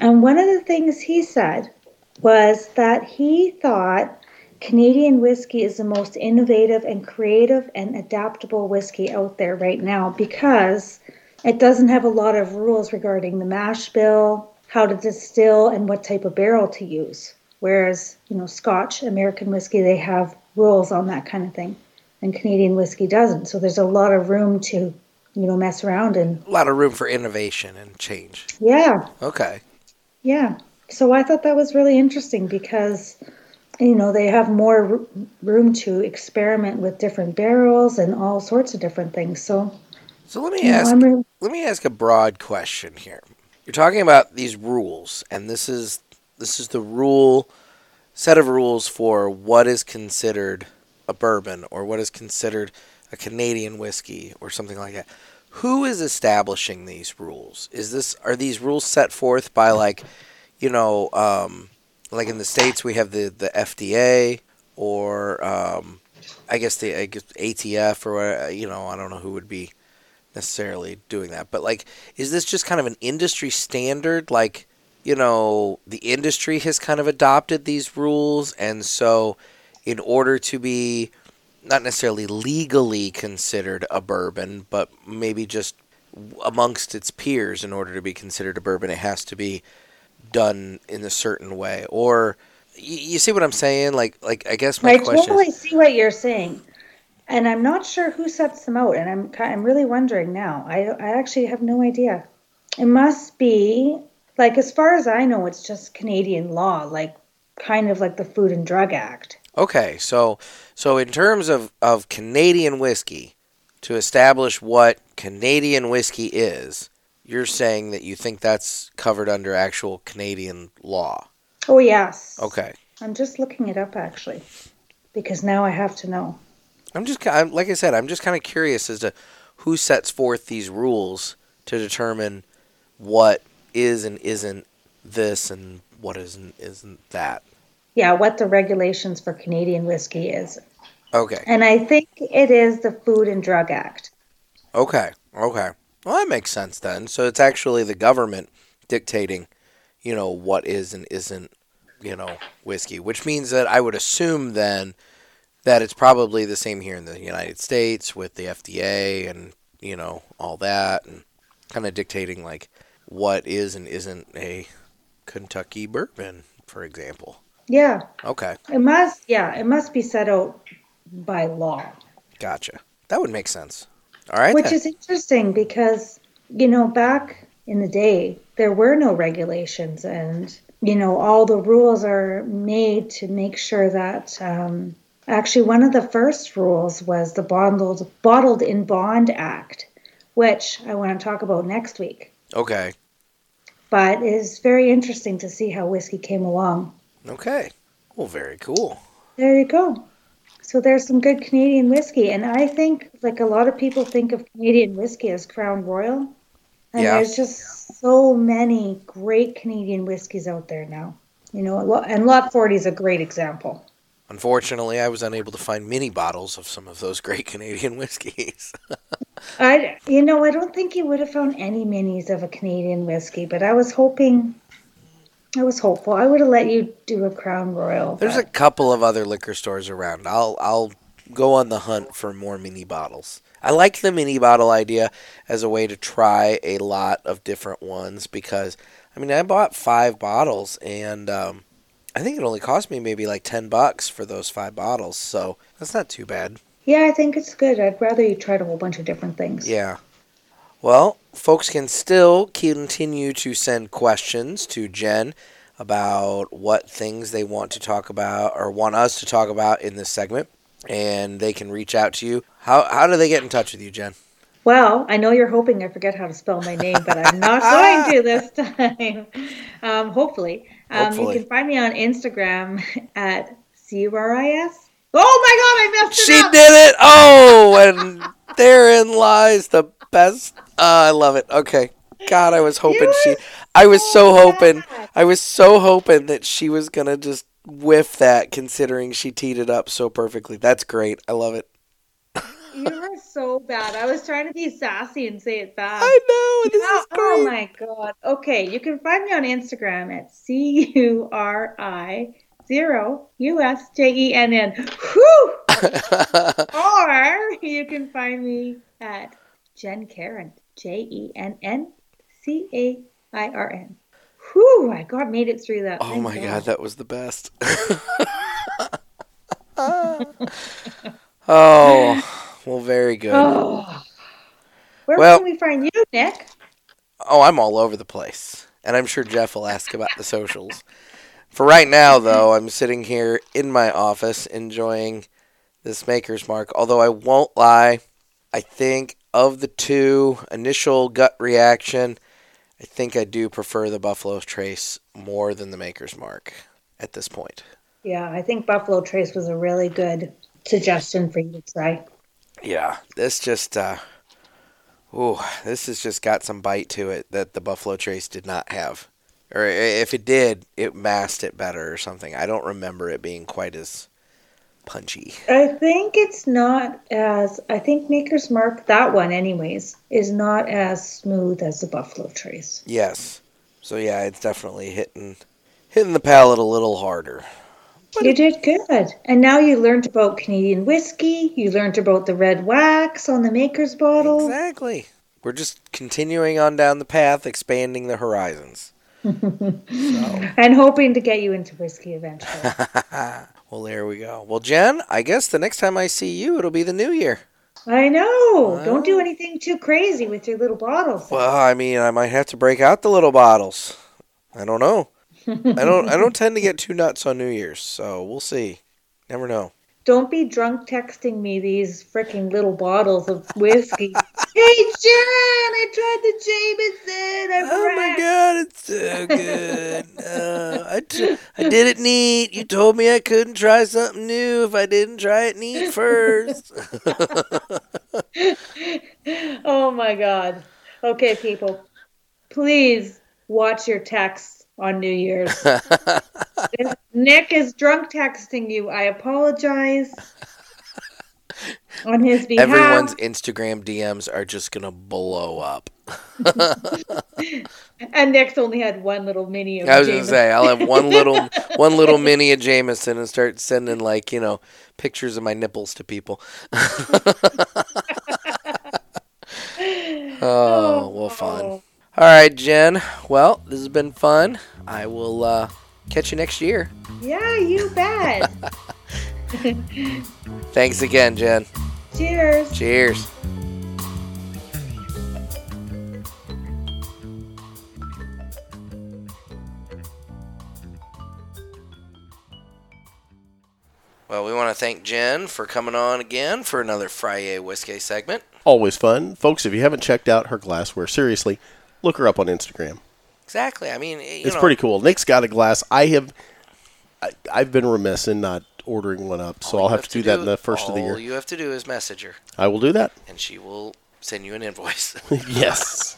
And one of the things he said was that he thought Canadian whiskey is the most innovative and creative and adaptable whiskey out there right now because it doesn't have a lot of rules regarding the mash bill, how to distill, and what type of barrel to use. Whereas, you know, Scotch, American whiskey, they have rules on that kind of thing. And Canadian whiskey doesn't. So there's a lot of room to, you know, mess around and A lot of room for innovation and change. yeah. Okay. Yeah. So I thought that was really interesting because, you know, they have more r- room to experiment with different barrels and all sorts of different things. So So let me you know, ask I'm really, let me ask a broad question here. You're talking about these rules and this is this is the rule set of rules for what is considered a bourbon or what is considered a Canadian whiskey or something like that. Who is establishing these rules? Is this are these rules set forth by like, you know, um, like in the states we have the the FDA or um, I guess the I guess ATF or whatever, you know I don't know who would be necessarily doing that, but like, is this just kind of an industry standard? Like, you know, the industry has kind of adopted these rules, and so in order to be not necessarily legally considered a bourbon, but maybe just amongst its peers in order to be considered a bourbon. It has to be done in a certain way, or you, you see what I'm saying? Like, like I guess my I question. totally see what you're saying, and I'm not sure who sets them out, and I'm ki- I'm really wondering now. I I actually have no idea. It must be like as far as I know, it's just Canadian law, like kind of like the Food and Drug Act. Okay, so so in terms of, of Canadian whiskey, to establish what Canadian whiskey is, you're saying that you think that's covered under actual Canadian law. Oh yes. Okay. I'm just looking it up actually, because now I have to know. I'm just ki- I'm, like I said, I'm just kind of curious as to who sets forth these rules to determine what is and isn't this and what isn't isn't that. Yeah, what the regulations for Canadian whiskey is, Okay. and I think it is the Food and Drug Act. Okay. Okay. Well, that makes sense then. So it's actually the government dictating, you know, what is and isn't, you know, whiskey, which means that I would assume then that it's probably the same here in the United States with the FDA and, you know, all that and kind of dictating like what is and isn't a Kentucky bourbon, for example. Yeah, Okay. it must. Yeah, it must be set out by law. Gotcha. That would make sense. All right. Which then. is interesting because, you know, back in the day, there were no regulations, and, you know, all the rules are made to make sure that. Um, actually, one of the first rules was the Bottled, Bottled in Bond Act, which I want to talk about next week. okay. But it's very interesting to see how whiskey came along. Okay. Well, very cool. There you go. So there's some good Canadian whiskey, and I think like a lot of people think of Canadian whiskey as Crown Royal, and Yeah. there's just so many great Canadian whiskeys out there now. You know, a lot- and Lot 40 is a great example. Unfortunately, I was unable to find mini bottles of some of those great <laughs> Canadian whiskeys. I, you know, I don't think you would have found any minis of a Canadian whiskey, but I was hoping, I was hopeful. I would have let you do a Crown Royal. There's a but- couple of other liquor stores around. I'll I'll go on the hunt for more mini bottles. I like the mini bottle idea as a way to try a lot of different ones because I mean I bought five bottles and um, I think it only cost me maybe like ten bucks for those five bottles, so that's not too bad. yeah, I think it's good. I'd rather you tried a whole bunch of different things. Yeah. Well, folks can still continue to send questions to Jen about what things they want to talk about or want us to talk about in this segment, and they can reach out to you. How, how do they get in touch with you, Jen? Well, I know you're hoping I forget how to spell my name, but I'm <laughs> not going to this time. Um, hopefully. Um, Hopefully. You can find me on Instagram at C-U-R-I-S. Oh my God, I messed it She up. did it! Oh, and therein lies the best. Uh, I love it. Okay. God, I was hoping You she. were I was so so hoping. bad. I was so hoping that she was going to just whiff that considering she teed it up so perfectly. That's great. I love it. You were so bad. I was trying to be sassy and say it fast. I know. This oh, is great. Uh, oh my God. Okay, you can find me on Instagram at C-U-R-I zero U-S-J-E-N-N. E Whew! or you can find me at Jen Karen, J E N N C A I R N. Whew, I got made it through that. <laughs> oh Thank my god, that was the <laughs> best. <laughs> oh, well, very good. Oh. Oh. Where Well- can we find you, Nick? Oh, I'm all over the place. And I'm sure Jeff will ask about the socials. For right now, though, I'm sitting here in my office enjoying this Maker's Mark. Although I won't lie, I think of the two, initial gut reaction, I think I do prefer the Buffalo Trace more than the Maker's Mark at this point. Yeah, I think Buffalo Trace was a really good suggestion for you to try. Yeah, this just uh ooh, this has just got some bite to it that the Buffalo Trace did not have. Or i- if it did, it masked it better or something. I don't remember it being quite as punchy. I think it's not as, I think Maker's Mark, that one, anyways, is not as smooth as the Buffalo Trace. Yes. So yeah, it's definitely hitting hitting the palate a little harder. You did good. And now you learned about Canadian whiskey. You learned about the red wax on the maker's bottle. Exactly. We're just continuing on down the path, expanding the horizons. And hoping to get you into <laughs> whiskey eventually. Well, there we go. Well, Jen, I guess the next time I see you, it'll be the new year. I know. Don't do anything too crazy with your little bottles. Well, I mean, I might have to break out the little bottles. I don't know. I don't. I don't tend to get too nuts on New Year's, so we'll see. Never know. Don't be drunk texting me these freaking little bottles of <laughs> whiskey. hey, Jen, I tried the Jameson. I'm Oh my god, it's so good. Uh, I, t- I did it neat. You told me I couldn't try something new if I didn't try it neat first. Oh my god. Okay, people, please watch your texts on <laughs> New Year's. If Nick is drunk texting you. I apologize on his behalf. Everyone's Instagram DMs are just gonna blow up. And Nick's only had one little mini. Of I was gonna Jameson. say I'll have <laughs> one little one little mini of Jameson and start sending like you know pictures of my nipples to people. <laughs> oh, well, fun. All right, Jen. Well, this has been fun. I will uh, catch you next year. Yeah, you <laughs> bet. Thanks again, Jen. Cheers. Cheers. Well, we want to thank Jen for coming on again for another Friday Whiskey segment. Always fun. Folks, if you haven't checked out her glassware, seriously, look her up on Instagram. Exactly. I mean, you It's know, pretty cool. Nick's got a glass. I have I, I've been remiss in not ordering one up, so I'll you have to do that in the first of the all year. you have to do is message her, I will <laughs> do that. <laughs> and she will send you an invoice. yes.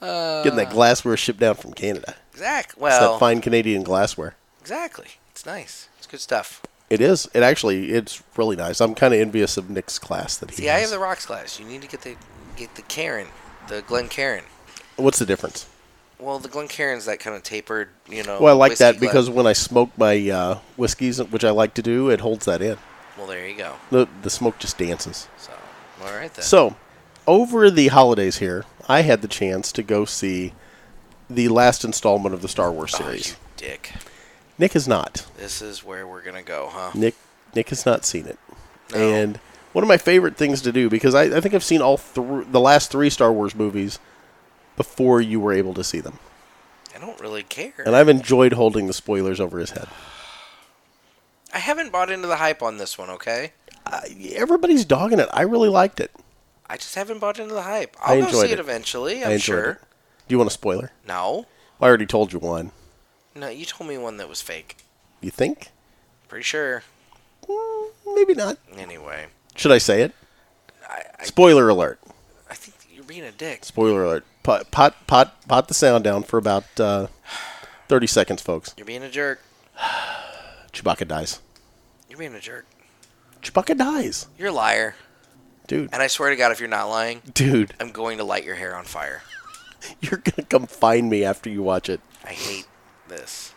Uh, Getting that glassware shipped down from Canada. exactly. It's Well, that fine Canadian glassware. exactly. It's nice. It's good stuff. It is. It actually it's really nice. I'm kind of envious of Nick's class that he See, I have has. the rocks glass. You need to get the get the Karen, the Glen Karen. What's the difference? Well, the Glen Cairn's that kind of tapered, you know. Well, I like that whiskey because glass. when I smoke my uh, whiskeys, which I like to do, it holds that in. Well, there you go. The the smoke just dances. So, all right then. So, over the holidays here, I had the chance to go see the last installment of the Star Wars Oh, you series. dick. Nick has not. This is where we're gonna go, huh? Nick Nick has not seen it. No. And one of my favorite things to do because I, I think I've seen all thr the last three Star Wars movies before you were able to see them, I don't really care. and I, I've enjoyed holding the spoilers over his head. haven't bought into the hype on this one. Okay. I, Uh, everybody's dogging it. I really liked it. I just haven't bought into the hype. I'll go enjoyed see it, it. eventually. I I'm enjoyed sure. it. Do you want a spoiler? No, I already told you one. no. You told me one that was fake. You think? Pretty sure. Mm, maybe not. Anyway, Should I say it? I I, Spoiler alert. I think that you're being a dick. Spoiler alert. Pot pot pot pot the sound down for about uh, thirty seconds, folks. You're being a jerk. Chewbacca dies. You're being a jerk. Chewbacca dies, You're a liar. dude. And I swear to God, if you're not lying, Dude, <laughs> I'm going to light your hair on fire. you're gonna come find me after you watch it. I hate this.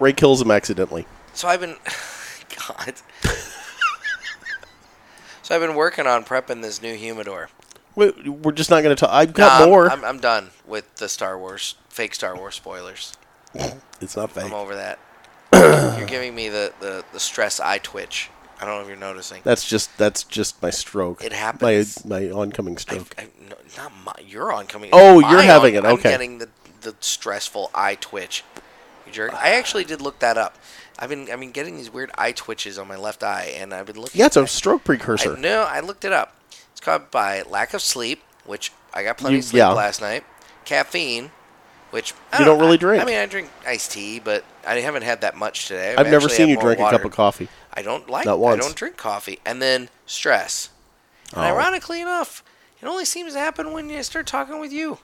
Ray kills him accidentally. So I've been, <sighs> God. so I've been working on prepping this new humidor. Wait, we're just not gonna talk. I've got Nah, I'm- more. I'm, I'm done with the Star Wars fake Star Wars spoilers. it's not fake. I'm over that. You're giving me the, the, the stress eye twitch. I don't know if you're noticing. That's just that's just my stroke. It happens. My my oncoming I, stroke. I, no, not my. You're on coming. Oh, my you're having on- it, okay. I'm getting the, the stressful eye twitch. You jerk. I actually did look that up. I've been I've been getting these weird eye twitches on my left eye, and I've been looking. yeah, at it's a stroke precursor. I, no, I looked it up. It's caused by lack of sleep, which I got plenty You- of sleep yeah. last night. Caffeine, which I You don't really I- drink. I mean, I drink iced tea, but I haven't had that much today. I've never actually seen had you more drink a cup water. of coffee. I don't like. Not I once. don't drink coffee, and then stress. And Oh. ironically enough, it only seems to happen when you start talking with <laughs> you.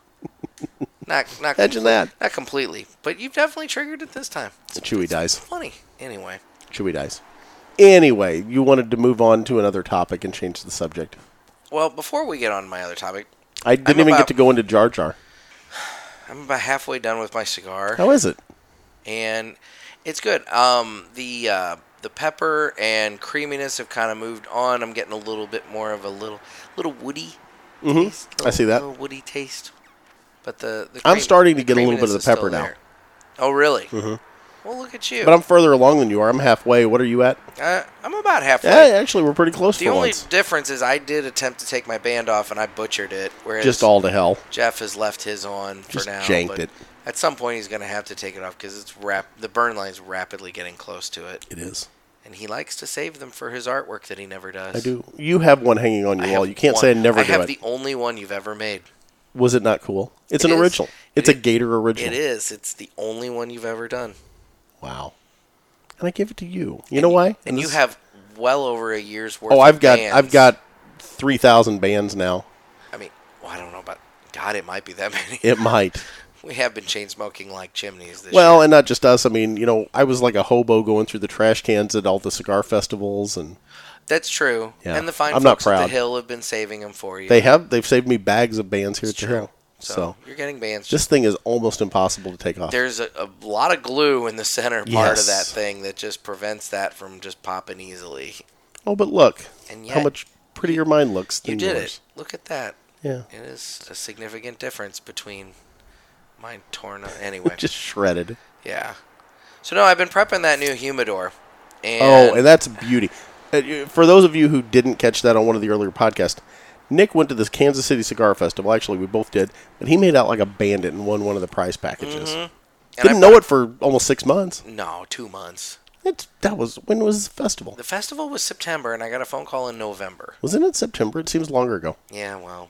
not not Imagine that. Not completely, but you've definitely triggered it this time. It's Chewy dies. funny. Anyway, Chewy dies. Anyway, you wanted to move on to another topic and change the subject. well, before we get on to my other topic, I didn't I'm even about- get to go into Jar Jar. I'm about halfway done with my cigar. How is it? and it's good. Um, the uh, the pepper and creaminess have kind of moved on. I'm getting a little bit more of a little little woody taste. Mm-hmm. I see that. Little woody taste. But the, the I'm cream- starting to the get a little bit creaminess of the is still pepper now. there. Oh, really? Mm-hmm. Well, look at you. But I'm further along than you are. I'm halfway. What are you at? uh, I'm about halfway. Yeah, actually, we're pretty close The for only once. difference is I did attempt to take my band off and I butchered it. Whereas Just all to hell. Jeff has left his on for Just now. janked but it. At some point, he's going to have to take it off because it's rap. The burn line's rapidly getting close to it, It is. and he likes to save them for his artwork that he never does. I do. You have one hanging on I your wall. have You can't one- say I never I do have it. the only one you've ever made. Was it not cool? It's It an is. original. It's It a is. Gator original. It is. It's the only one you've ever done. Wow. And I give it to you. You know why? And you this- have well over a year's worth. Oh, of I've got bands. I've got three thousand bands now. I mean, well, I don't know about. God, it might be that <laughs> many. It might. we have been chain smoking like chimneys this well, and not just us. I mean, you know, I was like a hobo going through the trash cans at all the cigar festivals, and That's true. Yeah. And the fine I'm not folks at proud. the Hill have been saving them for you. they have they've saved me bags of bands here at the hill. So, so, you're getting bands. this thing is almost impossible to take off. There's a, a lot of glue in the center part of that Yes. thing that just prevents that from just popping easily. oh, but look And how yet, much prettier mine looks You than did yours. it. Look at that. Yeah, It is a significant difference between mine torn up. Anyway, <laughs> just shredded. yeah. So no, I've been prepping that new humidor. And Oh, and that's beauty. Uh, y- For those of you who didn't catch that on one of the earlier podcasts, Nick went to this Kansas City Cigar Festival. Actually, we both did, but he made out like a bandit and won one of the prize packages. Mm-hmm. and I Didn't know it for almost six months. bought- No, two months. It's, that was when was the festival? The festival was September, and I got a phone call in November. Wasn't it September? It seems longer ago. Yeah, well,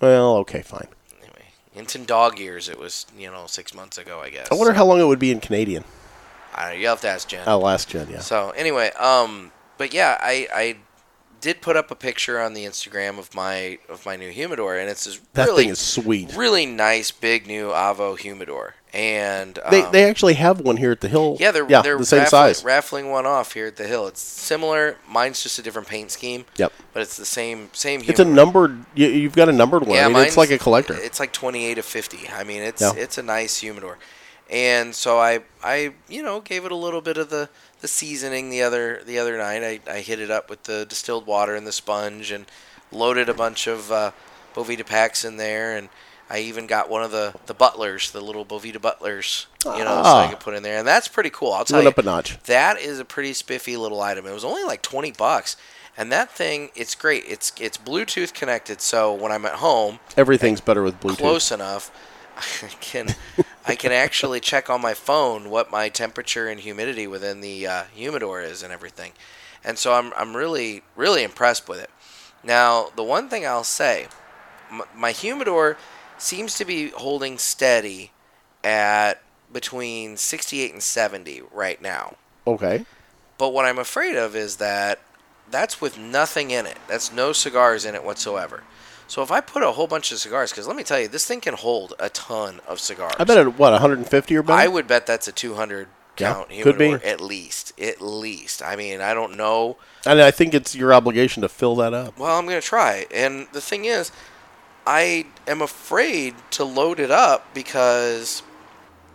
Well, okay, fine. anyway, it's in dog years. It was you know six months ago, I guess. I wonder how long it would be in Canadian. I, you have to ask Jen. Oh, last gen, yeah. So anyway, um, but yeah, I I did put up a picture on the Instagram of my of my new humidor, and it's this that really thing is sweet. really nice big new Avo humidor, and um, They, they actually have one here at the Hill. yeah they're yeah they're the same raffling, size. raffling one off here at the hill. It's similar. Mine's just a different paint scheme. Yep. but it's the same same. It's a humidor. numbered. You, you've got a numbered one. I mean, it's mine's- like a collector. It's like twenty eight to fifty. I mean, it's Yeah. it's a nice humidor, and so I I you know gave it a little bit of the, the seasoning the other the other night. I, I hit it up with the distilled water and the sponge and loaded a bunch of uh, Bovita packs in there, and I even got one of the the butlers, the little Bovita butlers, you know, so I Ah. could put in there, and that's pretty cool. I'll It tell went you, up a notch. that is a pretty spiffy little item. It was only like 20 bucks. And that thing, it's great. It's it's Bluetooth connected, so when I'm at home, Everything's better with Bluetooth. close enough, <laughs> I can I can actually check on my phone what my temperature and humidity within the uh, humidor is and everything. And so I'm I'm really really impressed with it. Now the one thing I'll say, m- my humidor seems to be holding steady at between 68 and 70 right now. Okay. But what I'm afraid of is that that's with nothing in it. That's no cigars in it whatsoever. So if I put a whole bunch of cigars, because let me tell you, this thing can hold a ton of cigars. I bet it what 150 or better. I would bet that's a 200 Yeah, count could be. humidor at least. At least. I mean, I don't know. and I think it's your obligation to fill that up. Well, I'm going to try. And the thing is, I am afraid to load it up because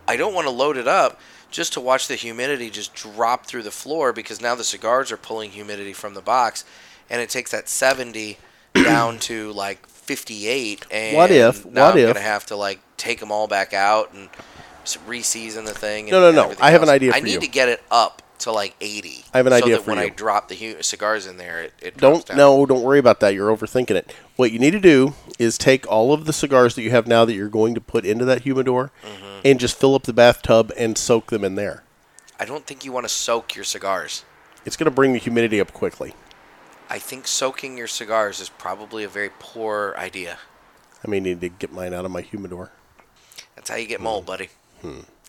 I don't want to load it up just to watch the humidity just drop through the floor because now the cigars are pulling humidity from the box and it takes that <coughs> 70 down to like 58 and What if- now what I'm if- going to have to like take them all back out and s- re-season the thing and No, no, no. everything I have an else. idea I for need you. to get it up to like 80 I have an so idea that for when I you. drop the hu- cigars in there it, it drops Don't down. no, don't worry about that. You're overthinking it. What you need to do is take all of the cigars that you have now that you're going to put into that humidor, Mm-hmm. and just fill up the bathtub and soak them in there. I don't think you want to soak your cigars. It's going to bring the humidity up quickly. I think soaking your cigars is probably a very poor idea. I may need to get mine out of my humidor. That's how you get mold, buddy.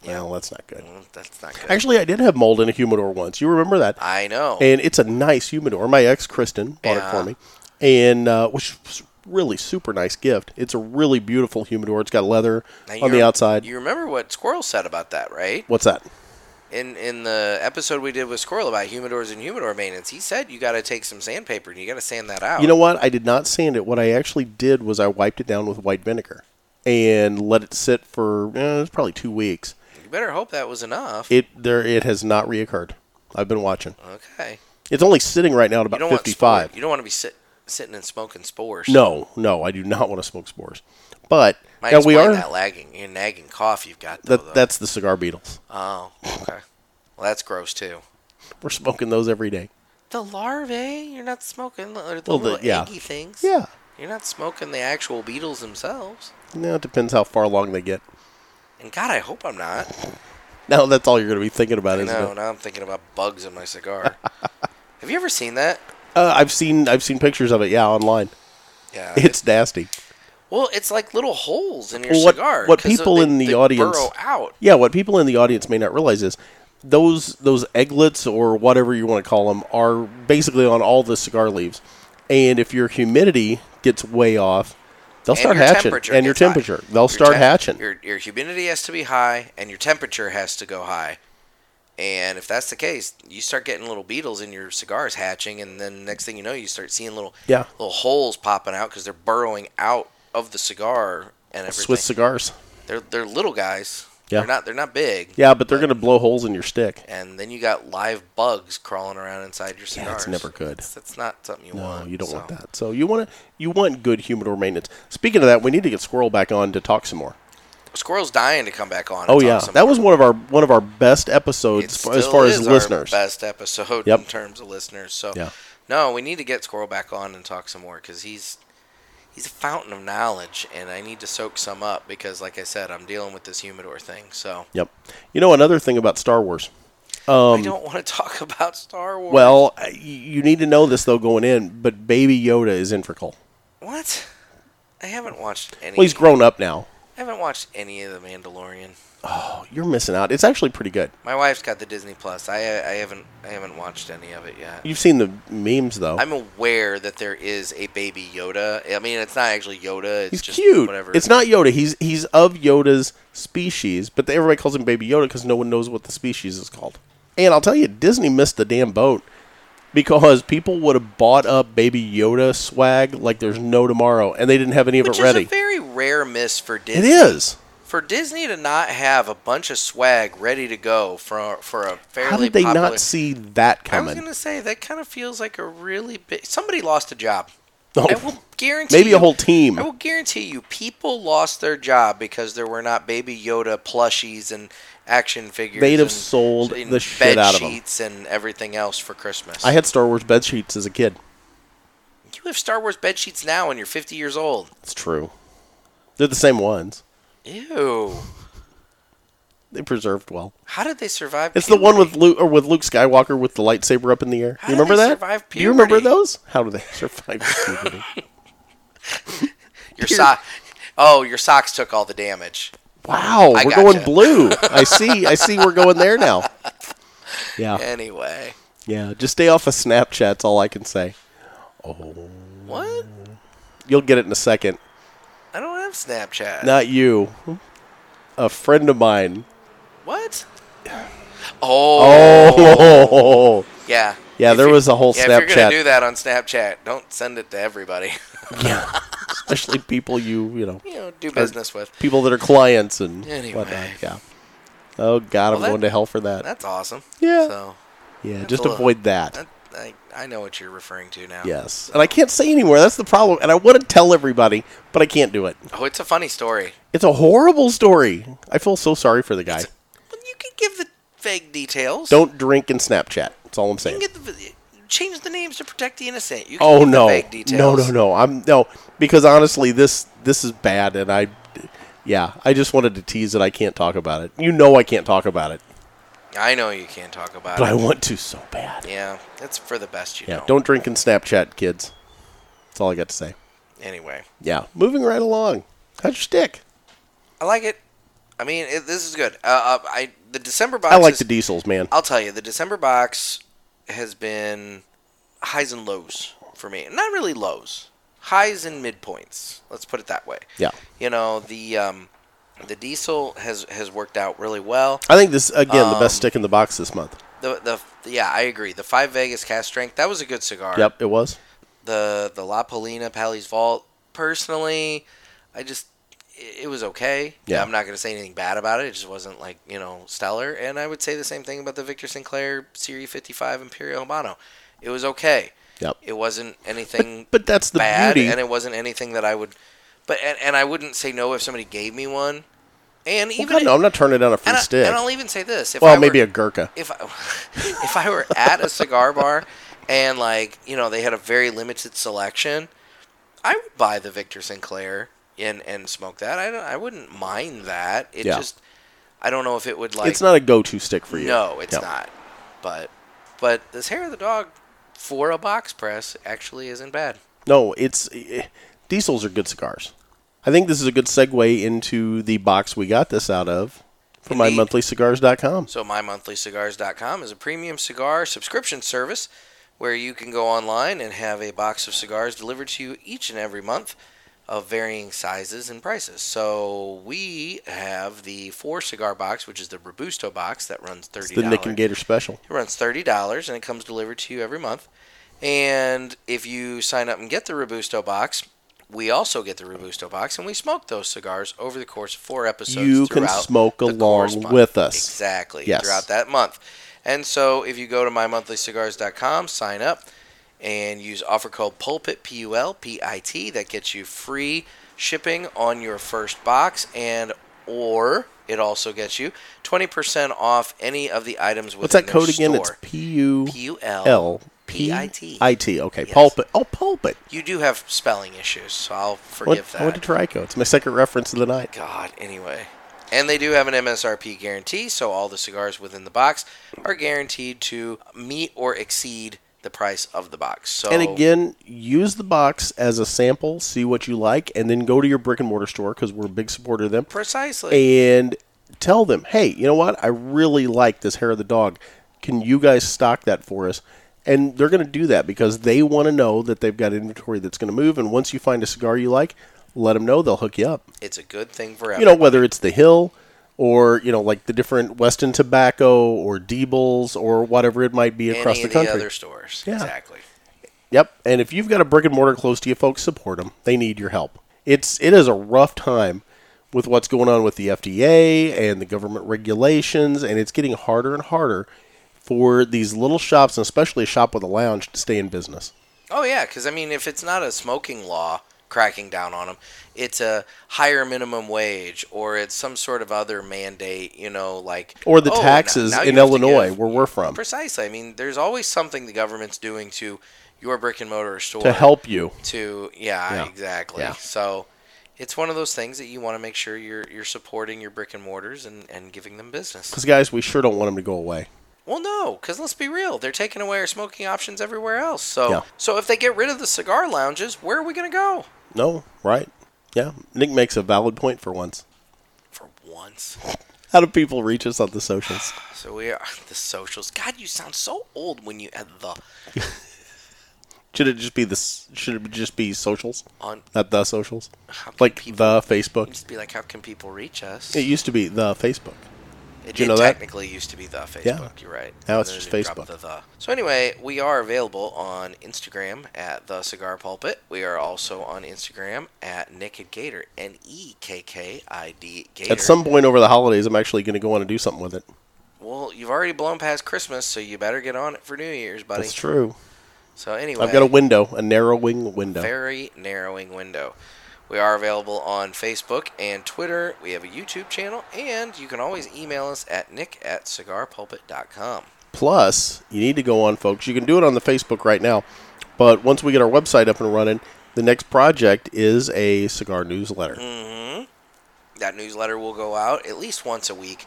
Well, that's not good. Mm, That's not good. Actually, Mm. I did have mold in a humidor once. You remember that? I know. and it's a nice humidor. My ex Kristen bought Yeah. it for me, and uh, which was really super nice gift. It's a really beautiful humidor. It's got leather Now, you on the rem- outside. You remember what Squirrel said about that, right? What's that? In in the episode we did with Squirrel about humidors and humidor maintenance, he said you got to take some sandpaper and you got to sand that out. You know what? I did not sand it. What I actually did was I wiped it down with white vinegar and let it sit for eh, it was probably two weeks. you better hope that was enough. It there it has not reoccurred. I've been watching. okay. It's only sitting right now at You about don't want sport- fifty-five. You don't want to be sit. sitting and smoking spores. No, no, I do not want to smoke spores. But Might now we explain are that lagging, your nagging cough you've got. Though, that, though. that's the cigar beetles. oh, okay. Well, that's gross too. We're smoking those every day. The larvae, you're not smoking the, or the Well, the- little yeah. eggy things. Yeah. You're not smoking the actual beetles themselves. Now it depends how far along they get. And God, I hope I'm <laughs> not. Now that's all you're going to be thinking about, isn't No, it? now I'm thinking about bugs in my <laughs> cigar. Have you ever seen that? Uh, I've seen I've seen pictures of it. Yeah, online. Yeah. It's nasty. well, it's like little holes in your Well, what- cigar. what 'cause people they- in the they audience- burrow out. Yeah, what people in the audience may not realize is those those egglets or whatever you want to call them are basically on all the cigar leaves. And if your humidity gets way off, they'll And start your hatching. temperature And your gets high. temperature, they'll Your start tem- hatching. Your, your humidity has to be high, and your temperature has to go high. And if that's the case, you start getting little beetles in your cigars hatching, and then next thing you know, you start seeing little Yeah. little holes popping out because they're burrowing out of the cigar and everything. Swiss cigars. they're they're little guys. Yeah. They're not they're not big. Yeah, but they're going to blow holes in your stick. And then you got live bugs crawling around inside your cigars. Yeah, it's never good. That's, that's not something you No, want. Oh, you don't so. want that. So you want to you want good humidor maintenance. Speaking of that, we need to get Squirrel back on to talk some more. Squirrel's dying to come back on. and Oh talk yeah, some that more. was one of our one of our best episodes It f- as still far as is our listeners. best episode Yep. in terms of listeners. So Yeah. no, we need to get Squirrel back on and talk some more because he's he's a fountain of knowledge, and I need to soak some up because, like I said, I'm dealing with this humidor thing. So Yep. You know another thing about Star Wars. I don't want to talk <laughs> about Star Wars. Um, Well, I- you need to know this though going in, but Baby Yoda is integral. what? I haven't watched any. Well, he's grown up now. I haven't watched any of the Mandalorian. Oh, you're missing out. It's actually pretty good. My wife's got the Disney Plus. I I haven't I haven't watched any of it yet. You've seen the memes though. I'm aware that there is a baby Yoda. I mean, it's not actually Yoda. It's he's just cute. Whatever. It's not Yoda. He's he's of Yoda's species, but everybody calls him Baby Yoda because no one knows what the species is called. And I'll tell you, Disney missed the damn boat because people would have bought up Baby Yoda swag like there's no tomorrow, and they didn't have any of Which it ready. is a very rare miss for it Disney. is. for Disney to not have a bunch of swag ready to go for for a fairly How did they popular. not see that I was coming? gonna say that kind of feels like a really big. Somebody lost a job. Oh, I will guarantee. maybe you- a whole team. I will guarantee you, people lost their job because there were not Baby Yoda plushies and action figures. They'd have and- sold and the shit bed out of 'em. sheets and everything else for Christmas. I had Star Wars bed sheets as a kid. you have Star Wars bed sheets now, and you're 50 years old. It's true. They're the same ones. Ew. They preserved well. How did they survive? It's the one puberty? with Luke or with Luke Skywalker with the lightsaber up in the air. How you do remember they that? survive Do you remember puberty? those? How do they <laughs> survive <laughs> puberty? Your Here. sock. Oh, your socks took all the damage. wow, I we're gotcha. going <laughs> blue. I see. I see. We're going there now. Yeah, Anyway, yeah. Just stay off of Snapchat's all I can say. what? You'll get it in a second. I don't have Snapchat. Not you. A friend of mine. <sighs> What? Oh. <laughs> Oh, <laughs> Yeah. Yeah, there you- was a whole yeah, If you're Snapchat. gonna do that on Snapchat, don't send it to everybody. <laughs> yeah. Especially people you you know you know, do business with. people that are clients and Anyway. whatnot. Yeah. Oh God, I'm Well, that- going to hell for that. That's awesome. Yeah. So Yeah, That's just a little- avoid that. that, I, I know what you're referring to now. Yes. And I can't say anymore. That's the problem. And I want to tell everybody, but I can't do it. Oh, it's a funny story. It's a horrible story. I feel so sorry for the Well, guy. you can give the vague details. Don't drink and Snapchat. That's all I'm You saying. can get the change the names to protect the innocent. You can Oh give the no. vague details. No, no, no. I'm no because honestly this this is bad and I yeah, I just wanted to tease that I can't talk about it. You know I can't talk about it, I know you can't talk about but I it. want to so bad. yeah, it's for the best you Yeah, know. don't drink and Snapchat, kids. That's all I got to say. Anyway. Yeah, moving right along. How's your stick? I like it. I mean, it, this is good. Uh, uh, I the December box. I like is- the diesels, man. I'll tell you, the December box has been highs and lows for me. Not really lows, highs and midpoints. Let's put it that way. Yeah. You know the um, the diesel has has worked out really well. I think this again the Um, best stick in the box this month. The the yeah, I agree. The five Vegas cast strength that was a good cigar. Yep, it was. the the La Polina Pally's Vault. Personally, I just it it was okay. Yeah. I'm not going to say anything bad about it. It just wasn't like you know stellar. And I would say the same thing about the Victor Sinclair Series 55 Imperial Habano. It was okay. Yep. It wasn't anything But that's the bad, beauty. and it wasn't anything that I would. But and, and I wouldn't say no if somebody gave me one. And Well, even God, no, I'm not turning down a free and, I, stick. will even say this. If I well, were- maybe a Gurkha. if I, <laughs> if I were at a cigar bar and like you know they had a very limited selection, I would buy the Victor Sinclair and and smoke that. I don't, I wouldn't mind that. It Yeah. just I don't know if it would like it's not a go-to stick for you. no, it's Yeah. not. But but this hair of the dog for a box press actually isn't bad. No, it's eh, diesels are good cigars. I think this is a good segue into the box we got this out of from Indeed. mymonthlycigars.com. So mymonthlycigars.com is a premium cigar subscription service where you can go online and have a box of cigars delivered to you each and every month of varying sizes and prices. So we have the four cigar box, which is the Robusto box that runs It's thirty the dollars. Nick and Gator special. It runs thirty dollars, and it comes delivered to you every month. And if you sign up and get the Robusto box, we also get the Robusto box, and we smoke those cigars over the course of four episodes. You can throughout smoke the along correspond- with us. exactly Yes. throughout that month. And so, if you go to mymonthlycigars.com, sign up, and use offer code Pulpit P U L P I T, that gets you free shipping on your first box, and or it also gets you twenty percent off any of the items within What's that their code again? It's store. P U P U L L P I T. I T. Okay, Yes. pulpit. Oh, pulpit. You do have spelling issues, so I'll forgive What, that. I went to Trico. It's my second reference of the night. God, anyway. And they do have an MSRP guarantee, so all the cigars within the box are guaranteed to meet or exceed the price of the box. So And again, use the box as a sample, see what you like, and then go to your brick and mortar store because we're a big supporter of them. precisely. and tell them, hey, you know what? I really like this hair of the dog. Can you guys stock that for us? And they're going to do that because they want to know that they've got inventory that's going to move. And once you find a cigar you like, let them know. They'll hook you up. it's a good thing for everyone. You know, whether it's the Hill or, you know, like the different Weston Tobacco or Diebels or whatever it might be any across the of country. the other stores. Yeah. Exactly. Yep. And if you've got a brick and mortar close to you, folks, support them. They need your help. It's it is a rough time with what's going on with the FDA and the government regulations, and it's getting harder and harder for these little shops, and especially a shop with a lounge, to stay in business. Oh yeah, because I mean, if it's not a smoking law cracking down on them, it's a higher minimum wage or it's some sort of other mandate. You know, like Or the oh, now- taxes now in you have to Illinois, give- where we're from, Precisely. I mean, there's always something the government's doing to your brick and mortar store to help you. to- yeah, Yeah. exactly. Yeah. So it's one of those things that you want to make sure you're you're supporting your brick and mortars and, and giving them business. Because guys, we sure don't want them to go away. Well, no, because let's be real, they're taking away our smoking options everywhere else. So Yeah. so if they get rid of the cigar lounges, where are we gonna go? No, right? Yeah, Nick makes a valid point for once. For once. How do people reach us on the socials? So we are <laughs> the socials. God, you sound so old when you add the Should it just be this? Should it just be socials? on. Not the socials. How can Like people, the Facebook. just be like, how can people reach us? It used to be the Facebook. It you did know that? technically used to be the Facebook. Yeah. You're right. Now And it's then just they dropped Facebook. the the. So anyway, we are available on Instagram at the Cigar Pulpit. We are also on Instagram at Naked Gator. N e k k i d Gator. At some point over the holidays, I'm actually going to go on and do something with it. well, you've already blown past Christmas, so you better get on it for New Year's, buddy. That's true. So anyway, I've got a window, a narrowing window. very narrowing window. We are available on Facebook and Twitter. We have a YouTube channel, and you can always email us at nick at cigarpulpit.com. Plus, you need to go on, folks. You can do it on the Facebook right now, but once we get our website up and running, the next project is a cigar newsletter. Mm. That newsletter will go out at least once a week,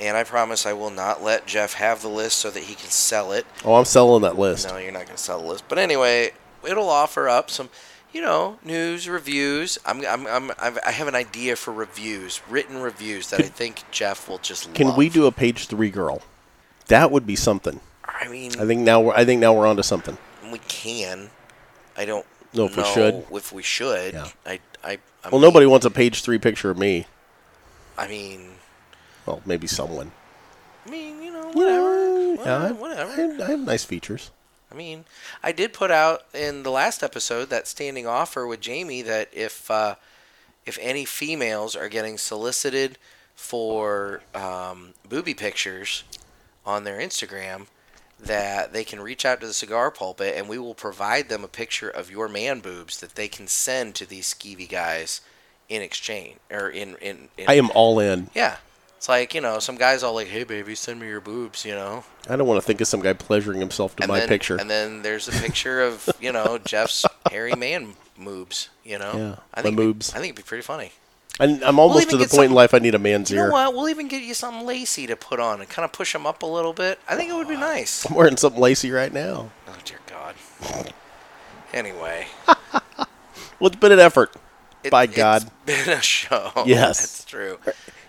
and I promise I will not let Jeff have the list so that he can sell it. Oh, I'm selling that list. No, you're not going to sell the list. But anyway, it'll offer up some, you know, news, reviews. I'm, I'm, I'm, I've, I have an idea for reviews, written reviews that I think Jeff will just Can love. we do a page three girl? That would be something. I mean, I think now we're I think now we're onto something. we can. I don't No, if we should. If we should. Yeah. I, I, I Well, mean- nobody wants a page three picture of me. I mean, Well, maybe someone. I mean, you know, You whatever. know, yeah, whatever, I- whatever. I- I have nice features. I mean, I did put out in the last episode that standing offer with Jamie that if uh, if any females are getting solicited for um, booby pictures on their Instagram, that they can reach out to the cigar pulpit and we will provide them a picture of your man boobs that they can send to these skeevy guys in exchange or in in, in I am all in. yeah it's like you know some guys all like hey baby send me your boobs you know I don't want to think of some guy pleasuring himself to my then, picture. and then there's a picture of you <laughs> know Jeff's hairy man moobs you know Yeah, I my think it'd be- moobs. I think it'd be pretty funny And I'm almost even to the get point in some- life I need a man's you ear. know what we'll even get you something lacy to put on and kind of push them up a little bit I think it would be nice I'm wearing something lacy right now. oh dear God anyway Well, it's been an effort. It- By God. it's <laughs> been a show. Yes. that's true.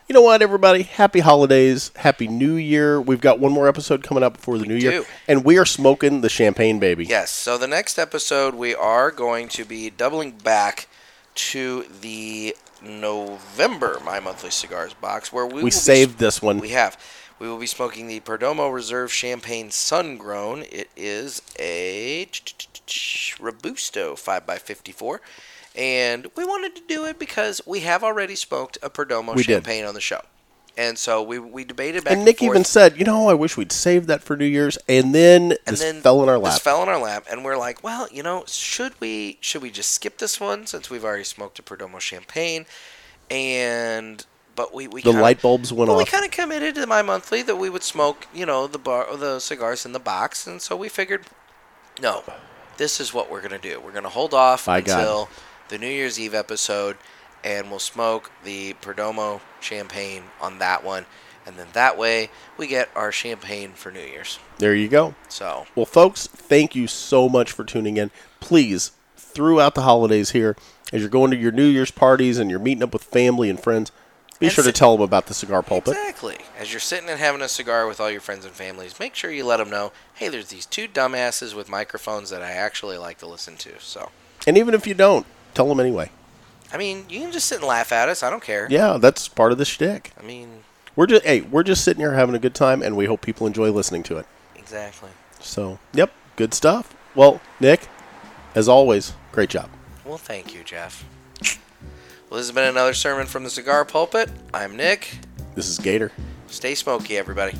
You know what, everybody? Happy holidays. Happy New Year. We've got one more episode coming up before the New Year. do. And we are smoking the champagne, baby. Yes. So the next episode, we are going to be doubling back to the November My Monthly Cigars box, where we we will be saved this one. We have. We will be smoking the Perdomo Reserve Champagne Sun Grown. It is a Robusto 5x54. And we wanted to do it because we have already smoked a Perdomo We did. Champagne on the show. And so we, we debated back and Nick forth. even said, you know, I wish we'd saved that for New Year's. And then and this then fell in our This lap. fell in our lap, and we're like, well, you know, should we should we just skip this one since we've already smoked a Perdomo champagne, and but we we the kinda, light bulbs went well, we off. kind of committed to my monthly that we would smoke, you know, the bar the cigars in the box, and so we figured, no, this is what we're gonna do. We're gonna hold off By God. until the New Year's Eve episode, and we'll smoke the Perdomo champagne on that one. And then that way we get our champagne for New Year's. there you go. So Well, folks, thank you so much for tuning in. Please, throughout the holidays here, as you're going to your New Year's parties and you're meeting up with family and friends, be And sure to sit- tell them about the cigar pulpit. Exactly. As you're sitting and having a cigar with all your friends and families, make sure you let them know, hey, there's these two dumbasses with microphones that I actually like to listen to. So, And even if you don't, tell them anyway. I mean, you can just sit and laugh at us. I don't care. Yeah, that's part of the shtick. I mean, We're just hey, we're just sitting here having a good time, and we hope people enjoy listening to it. exactly. So, yep, good stuff. Well, Nick, as always, great job. Well, thank you, Jeff. Well, this has been another sermon from the cigar pulpit. I'm Nick. This is Gator. Stay smoky, everybody.